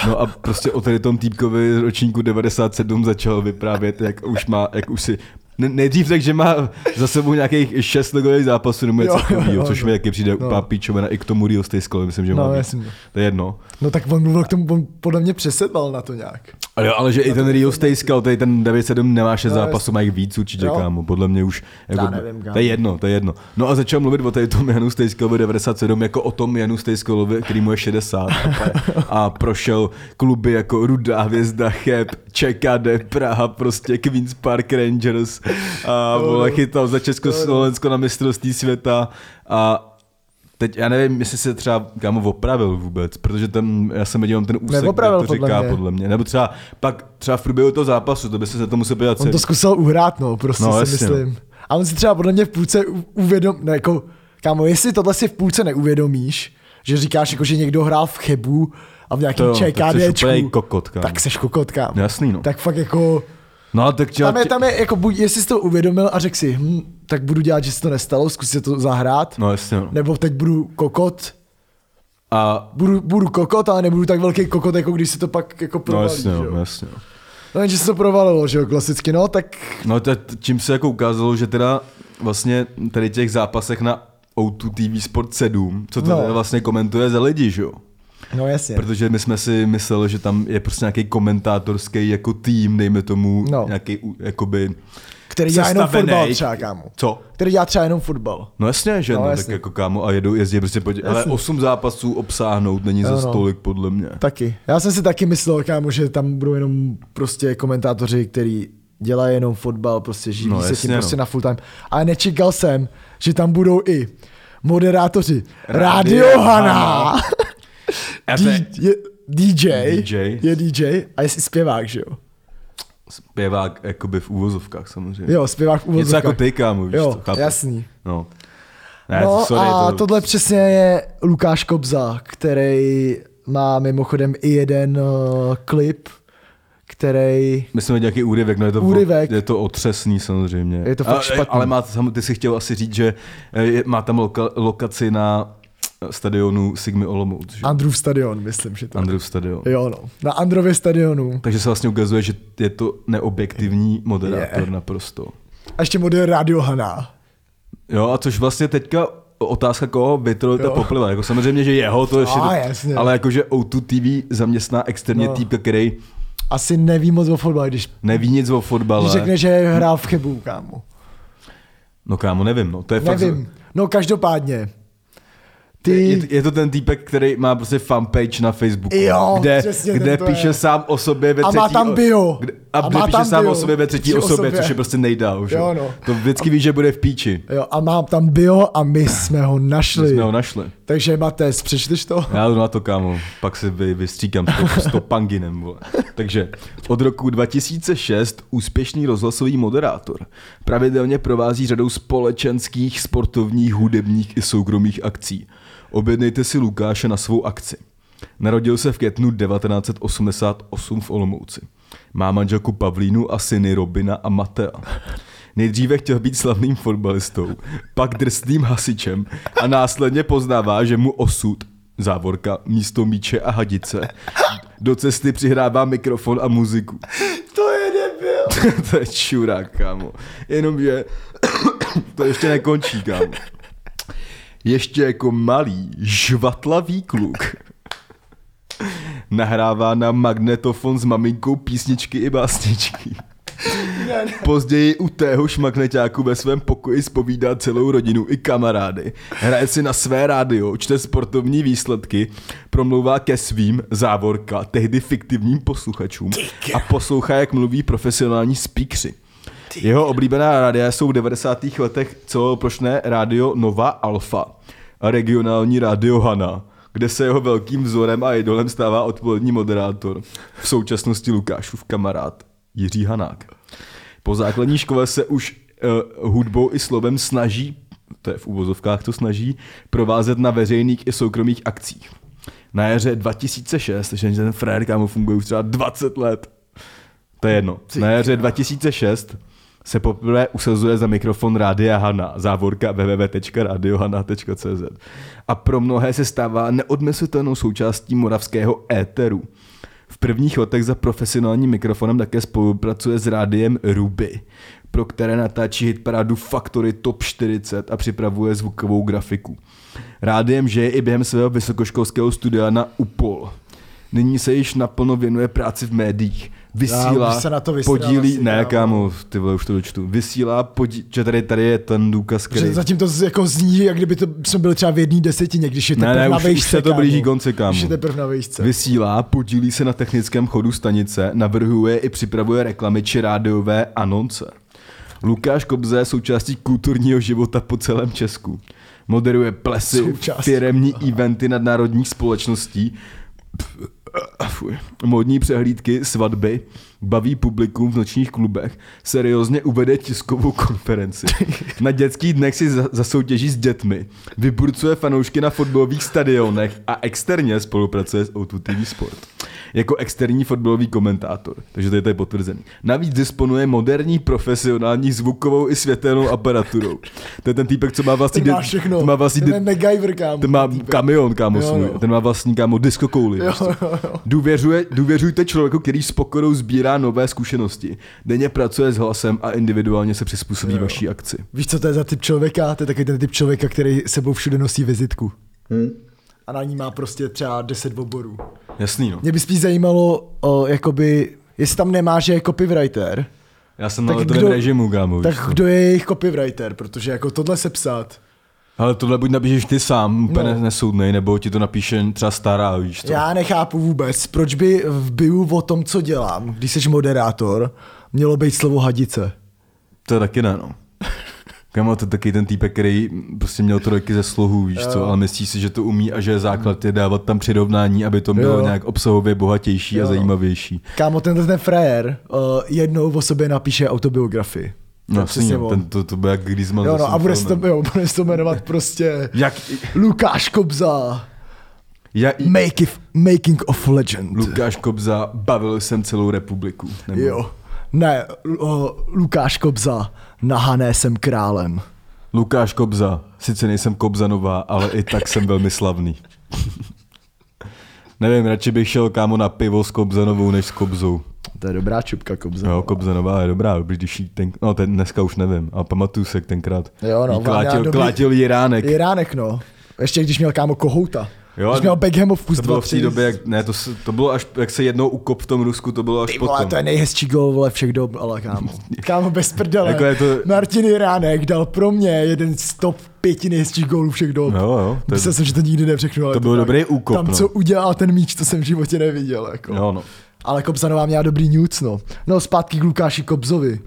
Speaker 2: No a prostě o tady tom týpkovi z ročníku 97 začal vyprávět, jak už má, jak už si ne- Nejdřív tak, že má za sebou nějakých šest ligových zápasů nebo něco
Speaker 1: Jo, jo,
Speaker 2: takového,
Speaker 1: jo,
Speaker 2: což
Speaker 1: jo.
Speaker 2: mi taky přijde
Speaker 1: No.
Speaker 2: no. píčovina i k tomu Rio Stejskalovi, myslím, že
Speaker 1: No,
Speaker 2: má víc.
Speaker 1: jasně.
Speaker 2: To je jedno.
Speaker 1: No tak on mluvil k tomu, on podle mě přesedlal na to nějak.
Speaker 2: Ale, jo, ale že i ten Rio Stejskal, tady ten 97 nemá 6
Speaker 1: No,
Speaker 2: zápasů, má jich víc určitě,
Speaker 1: Jo.
Speaker 2: kámo. Podle mě už, jako,
Speaker 1: nevím, kámo.
Speaker 2: to je jedno, to je jedno. No a začal mluvit o tady tom Janu Stejskalovi 97, jako o tom Janu Stejskalovi, který mu je 60 a, pa- a prošel kluby jako Rudá hvězda, Cheb, ČKD, Praha, prostě Queen's Park Rangers a vole, chytal za Československo na mistrovství světa a Teď já nevím, jestli se třeba kámo opravil vůbec, protože tam, já jsem viděl ten úsek,
Speaker 1: Neopravil,
Speaker 2: jak to
Speaker 1: podle
Speaker 2: říká
Speaker 1: mě.
Speaker 2: podle mě. Nebo třeba pak třeba v průběhu toho zápasu, to by se za to musel podívat
Speaker 1: On
Speaker 2: celý.
Speaker 1: to zkusil uhrát, no, prostě
Speaker 2: No,
Speaker 1: no, si
Speaker 2: jasně,
Speaker 1: myslím. A on si třeba podle mě v půlce u- uvědom, no, jako, kámo, jestli tohle si v půlce neuvědomíš, že říkáš, jako, že někdo hrál v Chebu a v nějaký
Speaker 2: To jo, tak seš
Speaker 1: ČKDčku,
Speaker 2: úplnej kokot, kámo.
Speaker 1: tak seš kokot, kámo.
Speaker 2: Jasný, no.
Speaker 1: Tak fakt jako,
Speaker 2: No a tak tě,
Speaker 1: tam je, tam je, jako, buď, jestli jsi to uvědomil a řekl si, hm, tak budu dělat, že se to nestalo, zkus si to zahrát,
Speaker 2: No jasně, no.
Speaker 1: nebo teď budu kokot,
Speaker 2: A no,
Speaker 1: budu, budu kokot, ale nebudu tak velký kokot, jako když se to pak jako
Speaker 2: No
Speaker 1: provalí,
Speaker 2: jasně,
Speaker 1: že
Speaker 2: no,
Speaker 1: jo.
Speaker 2: jasně. no.
Speaker 1: No jenže se to provalilo, že jo, klasicky, no, tak
Speaker 2: No t- t- čím se jako ukázalo, že teda vlastně tady těch zápasech na O2 TV Sport 7, co to
Speaker 1: No.
Speaker 2: no. vlastně komentuje za lidi, že jo?
Speaker 1: No jasně.
Speaker 2: Protože my jsme si mysleli, že tam je prostě nějaký komentátorský jako tým, dejme tomu,
Speaker 1: No.
Speaker 2: no. nějaký u- jakoby...
Speaker 1: Který dělá jenom
Speaker 2: sestavenej-
Speaker 1: fotbal třeba, kámo.
Speaker 2: Co?
Speaker 1: Který dělá třeba jenom fotbal.
Speaker 2: No jasně, že
Speaker 1: No
Speaker 2: no, no
Speaker 1: jasně.
Speaker 2: tak jako kámo a jedou, jezdí prostě podě... Ale
Speaker 1: Jasně.
Speaker 2: osm zápasů obsáhnout není
Speaker 1: Jo,
Speaker 2: za
Speaker 1: no.
Speaker 2: stolik podle mě.
Speaker 1: Taky. Já jsem si taky myslel, kámo, že tam budou jenom prostě komentátoři, který dělají jenom fotbal, prostě živí
Speaker 2: No
Speaker 1: se
Speaker 2: jasně,
Speaker 1: tím prostě
Speaker 2: no.
Speaker 1: na full time. Ale nečekal jsem, že tam budou i moderátoři
Speaker 2: Radio
Speaker 1: Radio Hana,
Speaker 2: Hana. A to je
Speaker 1: D- je, DJ,
Speaker 2: DJ.
Speaker 1: je DJ a je i zpěvák, že jo?
Speaker 2: zpěvák jakoby v úvozovkách samozřejmě.
Speaker 1: Jo, zpěvák v
Speaker 2: Něco
Speaker 1: uvozovkách.
Speaker 2: jako ty, kámo, víš
Speaker 1: Jo,
Speaker 2: co, chápu.
Speaker 1: jasný.
Speaker 2: No.
Speaker 1: no
Speaker 2: sorry,
Speaker 1: a
Speaker 2: to-
Speaker 1: tohle přesně je Lukáš Kobza, který má mimochodem i jeden uh, klip, který...
Speaker 2: My jsme nějaký úryvek, no je to,
Speaker 1: Úryvek.
Speaker 2: je to otřesný samozřejmě.
Speaker 1: Je to fakt
Speaker 2: ale,
Speaker 1: špatný.
Speaker 2: Ale má, sam- ty si chtěl asi říct, že eh, je, má tam loka, lokaci na eh, stadionu Sigmy Olomouc, že?
Speaker 1: Andrův stadion, myslím, že to.
Speaker 2: Andrew Stadion.
Speaker 1: Jo, no. Na Andrově stadionu.
Speaker 2: Takže se vlastně ukazuje, že je to neobjektivní moderátor
Speaker 1: Je.
Speaker 2: naprosto.
Speaker 1: A ještě model Radio Haná.
Speaker 2: Jo, a což vlastně teďka otázka, koho vytrolujete
Speaker 1: Jo.
Speaker 2: popliva. Jako samozřejmě, že jeho, to ještě...
Speaker 1: A,
Speaker 2: to-
Speaker 1: jasně.
Speaker 2: Ale jakože O2 TV zaměstná externě
Speaker 1: No.
Speaker 2: no. týpka, který
Speaker 1: Asi neví moc o fotbale, když,
Speaker 2: neví nic o fotbale.
Speaker 1: když řekne, že hrál v Chebu, kámo.
Speaker 2: No kámo, nevím, no. To je fakt...
Speaker 1: Nevím. No každopádně. Ty...
Speaker 2: Je, je to ten týpek, který má prostě fanpage na Facebooku,
Speaker 1: Jo,
Speaker 2: kde,
Speaker 1: přesně ten
Speaker 2: kde
Speaker 1: to
Speaker 2: píše
Speaker 1: je.
Speaker 2: sám o sobě ve
Speaker 1: A má
Speaker 2: třetí
Speaker 1: tam
Speaker 2: o-
Speaker 1: bio.
Speaker 2: Kde, a,
Speaker 1: A
Speaker 2: kde
Speaker 1: má
Speaker 2: píše
Speaker 1: tam
Speaker 2: sám
Speaker 1: bio.
Speaker 2: o sobě ve třetí
Speaker 1: Třetí
Speaker 2: osobě,
Speaker 1: osobě.
Speaker 2: což je prostě nejdál. Že?
Speaker 1: Jo, no.
Speaker 2: To vždycky víš, že bude v píči.
Speaker 1: Jo, a mám tam bio a my jsme ho
Speaker 2: My
Speaker 1: našli.
Speaker 2: jsme ho No, našli.
Speaker 1: Takže Matez, přečteš to?
Speaker 2: Já jdu na to, kámo. Pak si vy, vystříkám s tou- s topanginem, vole. Takže od roku 2006 úspěšný rozhlasový moderátor. Pravidelně provází řadou společenských, sportovních, hudebních i soukromých akcí. Objednejte si Lukáše na svou akci. Narodil se v květnu 1988 v Olomouci. Má manželku Pavlínu a syny Robina a Matea. Nejdříve chtěl být slavným fotbalistou, pak drsným hasičem a následně poznává, že mu osud závorka, místo míče a hadice. Do cesty přihrává mikrofon a muziku.
Speaker 1: To je debil.
Speaker 2: to je čurák, kámo. Jenomže to ještě nekončí, kámo. Ještě jako malý, žvatlavý kluk. Nahrává na magnetofon s maminkou písničky i básničky. Později u téhož magneťáku ve svém pokoji spovídá celou rodinu i kamarády. Hraje si na své rádio, čte sportovní výsledky, promlouvá ke svým závorka, tehdy fiktivním posluchačům a poslouchá, jak mluví profesionální speakři. Jeho oblíbená rádia jsou v 90. letech celoplošné rádio Nova Alfa a regionální rádio Hana, kde se jeho velkým vzorem a idolem stává odpolední moderátor, v současnosti Lukášův kamarád Jiří Hanák. Po základní škole se už uh, hudbou i slovem snaží, to je v úvozovkách to snaží, provázet na veřejných i soukromých akcích. Na jaře 2006, takže ten frajer kámo funguje už třeba 20 let. To je jedno. Na jaře 2006 se poprvé usazuje za mikrofon Rádia Hana, závorka www.radiohana.cz a pro mnohé se stává neodmyslitelnou součástí moravského éteru. V prvních letech za profesionálním mikrofonem také spolupracuje s rádiem Ruby, pro které natáčí hitparádu Factory Top 40 a připravuje zvukovou grafiku. Rádiem žije i během svého vysokoškolského studia na UPOL. Nyní se již naplno věnuje práci v médiích. Vysílá,
Speaker 1: Já už se na to vlastně, vysrám
Speaker 2: podílí,
Speaker 1: asi,
Speaker 2: ne
Speaker 1: kámo.
Speaker 2: kámo, ty vole, už to dočtu. Vysílá, podí, že tady, tady je ten důkaz,
Speaker 1: Že
Speaker 2: který...
Speaker 1: zatím to z- jako zní, jak kdyby to jsme byli třeba v jedné desetině, když je
Speaker 2: Ne,
Speaker 1: teprve
Speaker 2: ne,
Speaker 1: na
Speaker 2: už- už
Speaker 1: vejšce,
Speaker 2: se to
Speaker 1: kámo.
Speaker 2: blíží konci, kámo.
Speaker 1: Když je teprve na vejšce.
Speaker 2: Vysílá, podílí se na technickém chodu stanice, navrhuje i připravuje reklamy či rádiové anonce. Lukáš Kobze je součástí kulturního života po celém Česku. Moderuje plesy,
Speaker 5: Součást.
Speaker 2: firemní eventy nadnárodních společností, pf, eh, fuj, módní přehlídky, svatby, baví publikum v nočních klubech, seriózně uvede tiskovou konferenci. Na dětských dnech si za- zasoutěží s dětmi, vyburcuje fanoušky na fotbalových stadionech a externě spolupracuje s O2 TV Sport. Jako externí fotbalový komentátor, takže tady to je potvrzený. Navíc disponuje moderní profesionální zvukovou i světelnou aparaturou. To je ten týpek, co má vlastní,
Speaker 5: Ten má
Speaker 2: de-
Speaker 5: všechno.
Speaker 2: to má vlastní
Speaker 5: ten
Speaker 2: de-
Speaker 5: je MacGyver, kámo.
Speaker 2: ten má
Speaker 5: týpek.
Speaker 2: kamion, kámo,
Speaker 5: Jo,
Speaker 2: svůj.
Speaker 5: jo.
Speaker 2: Ten má vlastní, kámo, diskokouli.
Speaker 5: Jo,
Speaker 2: prostě. Důvěřuje, důvěřujte člověku, který s pokorou sbírá nové zkušenosti. Denně pracuje s hlasem a individuálně se přizpůsobí vaší akci.
Speaker 5: Víš, co to je za typ člověka? To je taky ten typ člověka, který sebou všude nosí vizitku. Hm? A na ní má prostě třeba 10 oborů.
Speaker 2: Jasný, no.
Speaker 5: Mě by spíš zajímalo, o, jakoby, jestli tam nemá, že je copywriter,
Speaker 2: Já jsem
Speaker 5: Tak
Speaker 2: ale ten
Speaker 5: kdo-
Speaker 2: režimu, kámo.
Speaker 5: tak
Speaker 2: víš co.
Speaker 5: kdo je jejich copywriter, protože jako tohle sepsat,
Speaker 2: Ale tohle buď napíšeš ty sám, úplně
Speaker 5: No.
Speaker 2: no. nesoudnej, nebo ti to napíše třeba stará, víš co.
Speaker 5: já nechápu vůbec, proč by v biu o tom, co dělám, když jsi moderátor, mělo být slovo hadice.
Speaker 2: To taky ne, no. Kámo, to je taky ten týpek, který prostě měl trojky ze slohu, víš co, ale myslí si, že to umí a že základ je dávat tam přirovnání, aby to bylo
Speaker 5: Jo.
Speaker 2: nějak obsahově bohatější
Speaker 5: Jo,
Speaker 2: a
Speaker 5: no.
Speaker 2: zajímavější.
Speaker 5: Kámo, tenhle ten frajer uh, jednou o sobě napíše autobiografii. To
Speaker 2: No
Speaker 5: je
Speaker 2: jasný,
Speaker 5: přesně
Speaker 2: no,
Speaker 5: on.
Speaker 2: ten, to, to bude jak Griezmann.
Speaker 5: Jo,
Speaker 2: za
Speaker 5: no,
Speaker 2: svým
Speaker 5: a bude se, to,
Speaker 2: filmem.
Speaker 5: jo, bude se to jmenovat prostě
Speaker 2: Jak,
Speaker 5: Lukáš Kobza,
Speaker 2: já,
Speaker 5: make if, Making of Legend.
Speaker 2: Lukáš Kobza, bavil jsem celou republiku. Nebo,
Speaker 5: Jo. Ne, Lu- o, Lukáš Kobza, nahané jsem králem.
Speaker 2: Lukáš Kobza, sice nejsem Kobzanová, ale i tak jsem velmi slavný. Nevím, radši bych šel kámo na pivo s Kobzanovou než s Kobzou.
Speaker 5: To je dobrá čupka Kobza.
Speaker 2: Jo, Kobzanová je dobrá, dobrý, když jí ten, no ten dneska už nevím, a pamatuju se jak tenkrát.
Speaker 5: Jo, no,
Speaker 2: jí
Speaker 5: ona
Speaker 2: klátil,
Speaker 5: dobrý-
Speaker 2: klátil Jiránek.
Speaker 5: Je ránek, no. Ještě když měl kámo Kohouta.
Speaker 2: Jo,
Speaker 5: Jo, když měl Beckhamov kus
Speaker 2: To bylo v té
Speaker 5: 2-3.
Speaker 2: době, jak, ne, to, se- to bylo až, jak se jednou ukop v tom Rusku, to bylo až
Speaker 5: Ty vole,
Speaker 2: potom.
Speaker 5: to je nejhezčí gol vole všech dob, ale kámo. Kámo bez prdele.
Speaker 2: Jako je to-
Speaker 5: Martin Jiránek dal pro mě jeden z top pěti nejhezčích gólů všech dob.
Speaker 2: No, Jo, jo, to je-
Speaker 5: Myslel jsem, že to nikdy neřeknu, ale
Speaker 2: to byl
Speaker 5: tak.
Speaker 2: dobrý úkop,
Speaker 5: Tam,
Speaker 2: no.
Speaker 5: co udělal ten míč, to jsem v životě neviděl. Jako.
Speaker 2: Jo, no.
Speaker 5: Ale Kobzanová měla dobrý ňuc, no. No, zpátky k Lukáši Kobzovi.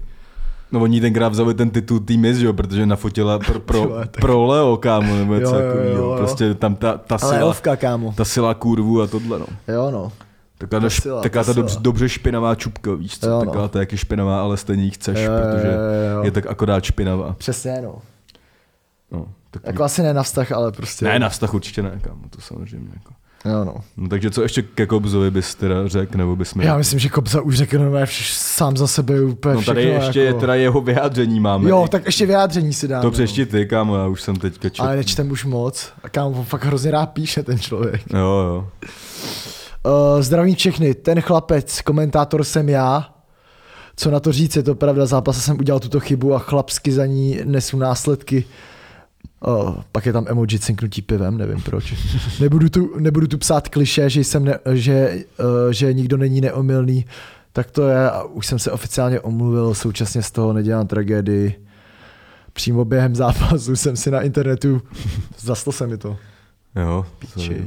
Speaker 2: No oni tenkrát vzali ten titul tý Miss, že jo, protože nafotila pro, pro,
Speaker 5: Ty vole, tak-
Speaker 2: pro Leo, kámo, nebo něco
Speaker 5: Jo, jo,
Speaker 2: takového.
Speaker 5: jo, jo.
Speaker 2: Prostě tam ta, ta
Speaker 5: Ale
Speaker 2: sila,
Speaker 5: Elfka, kámo.
Speaker 2: ta sila kurvu a tohle, no.
Speaker 5: Jo, no.
Speaker 2: Taková ta,
Speaker 5: sila,
Speaker 2: sila,
Speaker 5: ta
Speaker 2: taková ta dobře,
Speaker 5: sila.
Speaker 2: dobře špinavá čupka, víš co,
Speaker 5: Jo, no.
Speaker 2: taková ta jak je špinavá, ale stejně ji chceš,
Speaker 5: Jo, jo,
Speaker 2: protože
Speaker 5: jo, jo.
Speaker 2: je tak akorát špinavá.
Speaker 5: Přesně, no.
Speaker 2: No, tak
Speaker 5: Jako asi ne na vztah, ale prostě.
Speaker 2: ne, na vztah určitě ne, kámo, to samozřejmě. Jako.
Speaker 5: Jo, no.
Speaker 2: No, takže co ještě ke Kobzovi bys teda řekl, nebo bys mi...
Speaker 5: Já myslím, že Kobza už řekl normálně vš- sám za sebe úplně
Speaker 2: no tady
Speaker 5: všechno,
Speaker 2: ještě je
Speaker 5: jako...
Speaker 2: teda jeho vyjádření máme.
Speaker 5: Jo, tak ještě vyjádření si dáme.
Speaker 2: To
Speaker 5: no.
Speaker 2: přešti ty, kámo, já už jsem teďka čet...
Speaker 5: Ale nečtem už moc. A kámo, on fakt hrozně rád píše ten člověk.
Speaker 2: Jo, jo.
Speaker 5: Uh, zdravím všechny, ten chlapec, komentátor jsem já. Co na to říct, je to pravda, zápase jsem udělal tuto chybu a chlapsky za ní nesu následky. Uh, pak je tam emoji cinknutí pivem, nevím proč. Nebudu tu, nebudu tu psát kliše, že, jsem ne, že, uh, že nikdo není neomylný. Tak to je a už jsem se oficiálně omluvil, současně z toho nedělám tragédii. Přímo během zápasu jsem si na internetu, zaslo se mi to.
Speaker 2: Jo, to
Speaker 5: Piči.
Speaker 2: je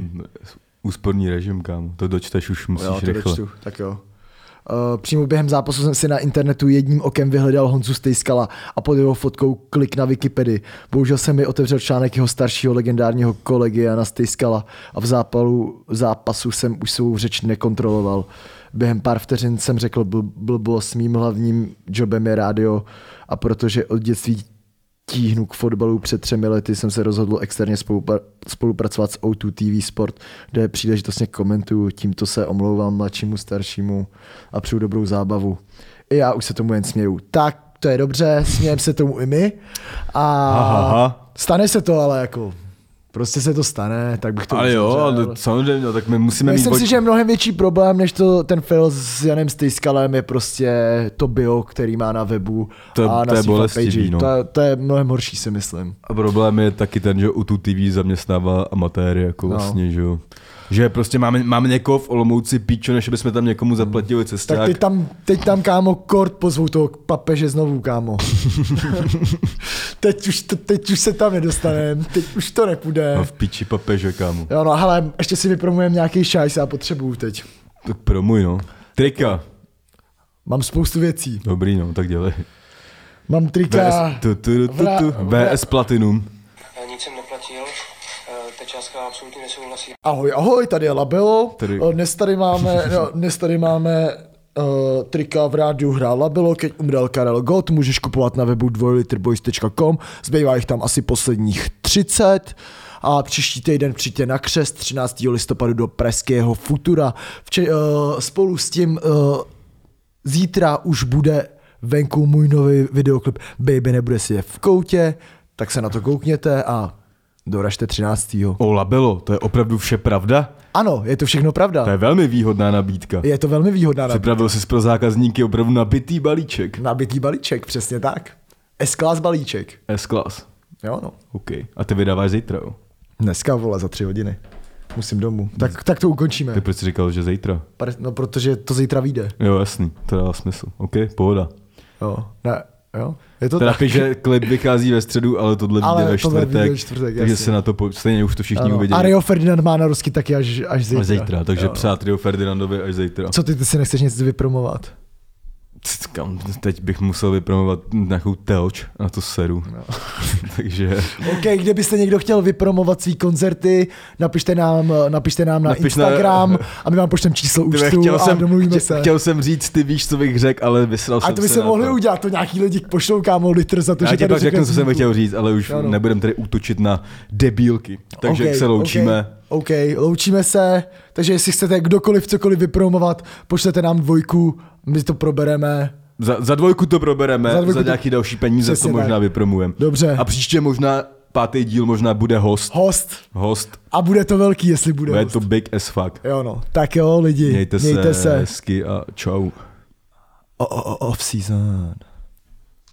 Speaker 2: úsporný režim, kámo. To dočteš už musíš
Speaker 5: jo, to
Speaker 2: rychle.
Speaker 5: dočtu, tak jo. Uh, přímo během zápasu jsem si na internetu jedním okem vyhledal Honzu Stejskala a pod jeho fotkou klik na Wikipedii. Bohužel jsem mi otevřel článek jeho staršího legendárního kolegy Jana Stejskala a v zápalu, zápasu jsem už svou řeč nekontroloval. Během pár vteřin jsem řekl bl- blbost, mým hlavním jobem je rádio a protože od dětství tíhnu k fotbalu. Před třemi lety jsem se rozhodl externě spolupra- spolupracovat s O2 TV Sport, kde příležitostně komentuju. Tímto se omlouvám mladšímu, staršímu a přeju dobrou zábavu. I já už se tomu jen směju. Tak, to je dobře, smějeme se tomu i my. A
Speaker 2: Ha, ha, ha.
Speaker 5: stane se to ale jako. Prostě se to stane, tak bych to
Speaker 2: Ale jo,
Speaker 5: uzavřel.
Speaker 2: ale samozřejmě, no, tak my musíme mít...
Speaker 5: Myslím
Speaker 2: bod-
Speaker 5: si, že je mnohem větší problém, než to ten fail s Janem Stejskalem je prostě to bio, který má na webu
Speaker 2: To je-
Speaker 5: a na
Speaker 2: to je
Speaker 5: svý
Speaker 2: bolestivý,
Speaker 5: fanpage.
Speaker 2: no.
Speaker 5: to, to je mnohem horší, si myslím.
Speaker 2: A problém je taky ten, že u tu TV zaměstnává amatéry, jako
Speaker 5: No.
Speaker 2: vlastně, že jo. Že prostě máme, máme někoho v Olomouci píčo, než bychom tam někomu zaplatili
Speaker 5: Hmm. Tak,
Speaker 2: cesták.
Speaker 5: teď, tam, teď tam, kámo, kort pozvou toho papeže znovu, kámo. teď, už, to, teď už se tam nedostaneme, teď už to nepůjde.
Speaker 2: A v píči papeže, kámo.
Speaker 5: Jo no, hele, ještě si vypromujeme nějaký šajs, já potřebuju teď.
Speaker 2: Tak pro můj, no. Trika.
Speaker 5: Mám spoustu věcí.
Speaker 2: Dobrý, no, tak dělej.
Speaker 5: Mám trika.
Speaker 2: VS, tu, tu, tu, tu, tu.
Speaker 5: Vra-
Speaker 2: VS Platinum.
Speaker 6: Já nic jsem neplatí, Eh, Ta částka absolutně nesouhlasí.
Speaker 5: Ahoj, ahoj, tady je Labelo.
Speaker 2: Tady-
Speaker 5: Eh, Dnes tady máme, no, dnes tady máme uh, trika v rádiu hrál Labelo, keď umřel Karel Gott, můžeš kupovat na webu dvojlitrboys.com, zbývá jich tam asi posledních 30 a příští týden přijďte na křest 13. listopadu do Pražského Futura. Vče- uh, spolu s tím uh, zítra už bude venku můj nový videoklip Baby nebude si je v koutě, tak se na to koukněte a doražte 13.
Speaker 2: O labelo, to je opravdu vše pravda?
Speaker 5: Ano, je to všechno pravda.
Speaker 2: To je velmi výhodná nabídka.
Speaker 5: Je to velmi výhodná nabídka.
Speaker 2: Připravil jsi pro zákazníky opravdu nabitý balíček.
Speaker 5: Nabitý balíček, přesně tak. S-class balíček.
Speaker 2: S-class.
Speaker 5: Jo, no.
Speaker 2: OK. A ty vydáváš zítra, jo?
Speaker 5: Dneska, vole, za tři hodiny. Musím domů. Tak, tak to ukončíme.
Speaker 2: Ty proč jsi říkal, že zítra?
Speaker 5: Par- No, protože to zítra vyjde.
Speaker 2: Jo, jasný, to dává smysl. OK, pohoda.
Speaker 5: Jo. Ne, jo. Je to
Speaker 2: Teda
Speaker 5: No tak.
Speaker 2: píš, že klip vychází ve středu, ale tohle vyjde
Speaker 5: Ale
Speaker 2: ve
Speaker 5: tohle vyjde
Speaker 2: čtvrtek.
Speaker 5: ve čtvrtek,
Speaker 2: takže
Speaker 5: jasně.
Speaker 2: se na to po... stejně už to všichni
Speaker 5: Ano.
Speaker 2: uviděli.
Speaker 5: A Rio Ferdinand má na rusky taky až, až zítra.
Speaker 2: Až zítra, takže
Speaker 5: Jo.
Speaker 2: přát Rio Ferdinandovi až zítra.
Speaker 5: Co ty, ty si nechceš nic vypromovat?
Speaker 2: Ct, Kam, teď bych musel vypromovat nějakou telč na to seru.
Speaker 5: No.
Speaker 2: takže
Speaker 5: OK, kdybyste někdo chtěl vypromovat svý koncerty, napište nám, napište nám na
Speaker 2: Napiš na-
Speaker 5: Instagram a my vám pošlem číslo
Speaker 2: Ty,
Speaker 5: účtu
Speaker 2: chtěl,
Speaker 5: a
Speaker 2: jsem,
Speaker 5: domluvíme
Speaker 2: chtěl,
Speaker 5: se.
Speaker 2: chtěl jsem říct, ty víš, co bych řekl, ale vysral
Speaker 5: A
Speaker 2: jsem
Speaker 5: to by
Speaker 2: se
Speaker 5: se
Speaker 2: na
Speaker 5: mohli udělat, to nějaký lidi pošlou kámo litr za to,
Speaker 2: Já
Speaker 5: že
Speaker 2: ti
Speaker 5: tady
Speaker 2: pak řeknu, co jsem chtěl říct, ale už
Speaker 5: Jo,
Speaker 2: no,
Speaker 5: no.
Speaker 2: no. nebudem tady útočit na debílky. Takže
Speaker 5: OK,
Speaker 2: okay, se loučíme. Okay.
Speaker 5: OK, OK, loučíme se, takže jestli chcete kdokoliv cokoliv vypromovat, pošlete nám dvojku, my to probereme.
Speaker 2: Za, za dvojku to probereme,
Speaker 5: Za
Speaker 2: za,
Speaker 5: dvojku
Speaker 2: za
Speaker 5: to-
Speaker 2: nějaký další peníze
Speaker 5: Přesně
Speaker 2: to možná
Speaker 5: tak.
Speaker 2: vypromujeme.
Speaker 5: Dobře.
Speaker 2: A příště možná pátý díl možná bude host.
Speaker 5: Host.
Speaker 2: Host.
Speaker 5: A bude to velký, jestli bude.
Speaker 2: Bude
Speaker 5: host.
Speaker 2: to big as fuck.
Speaker 5: Jo no, tak jo lidi,
Speaker 2: Mějte,
Speaker 5: mějte se.
Speaker 2: hezky a čau.
Speaker 5: O- o- o- Off-season.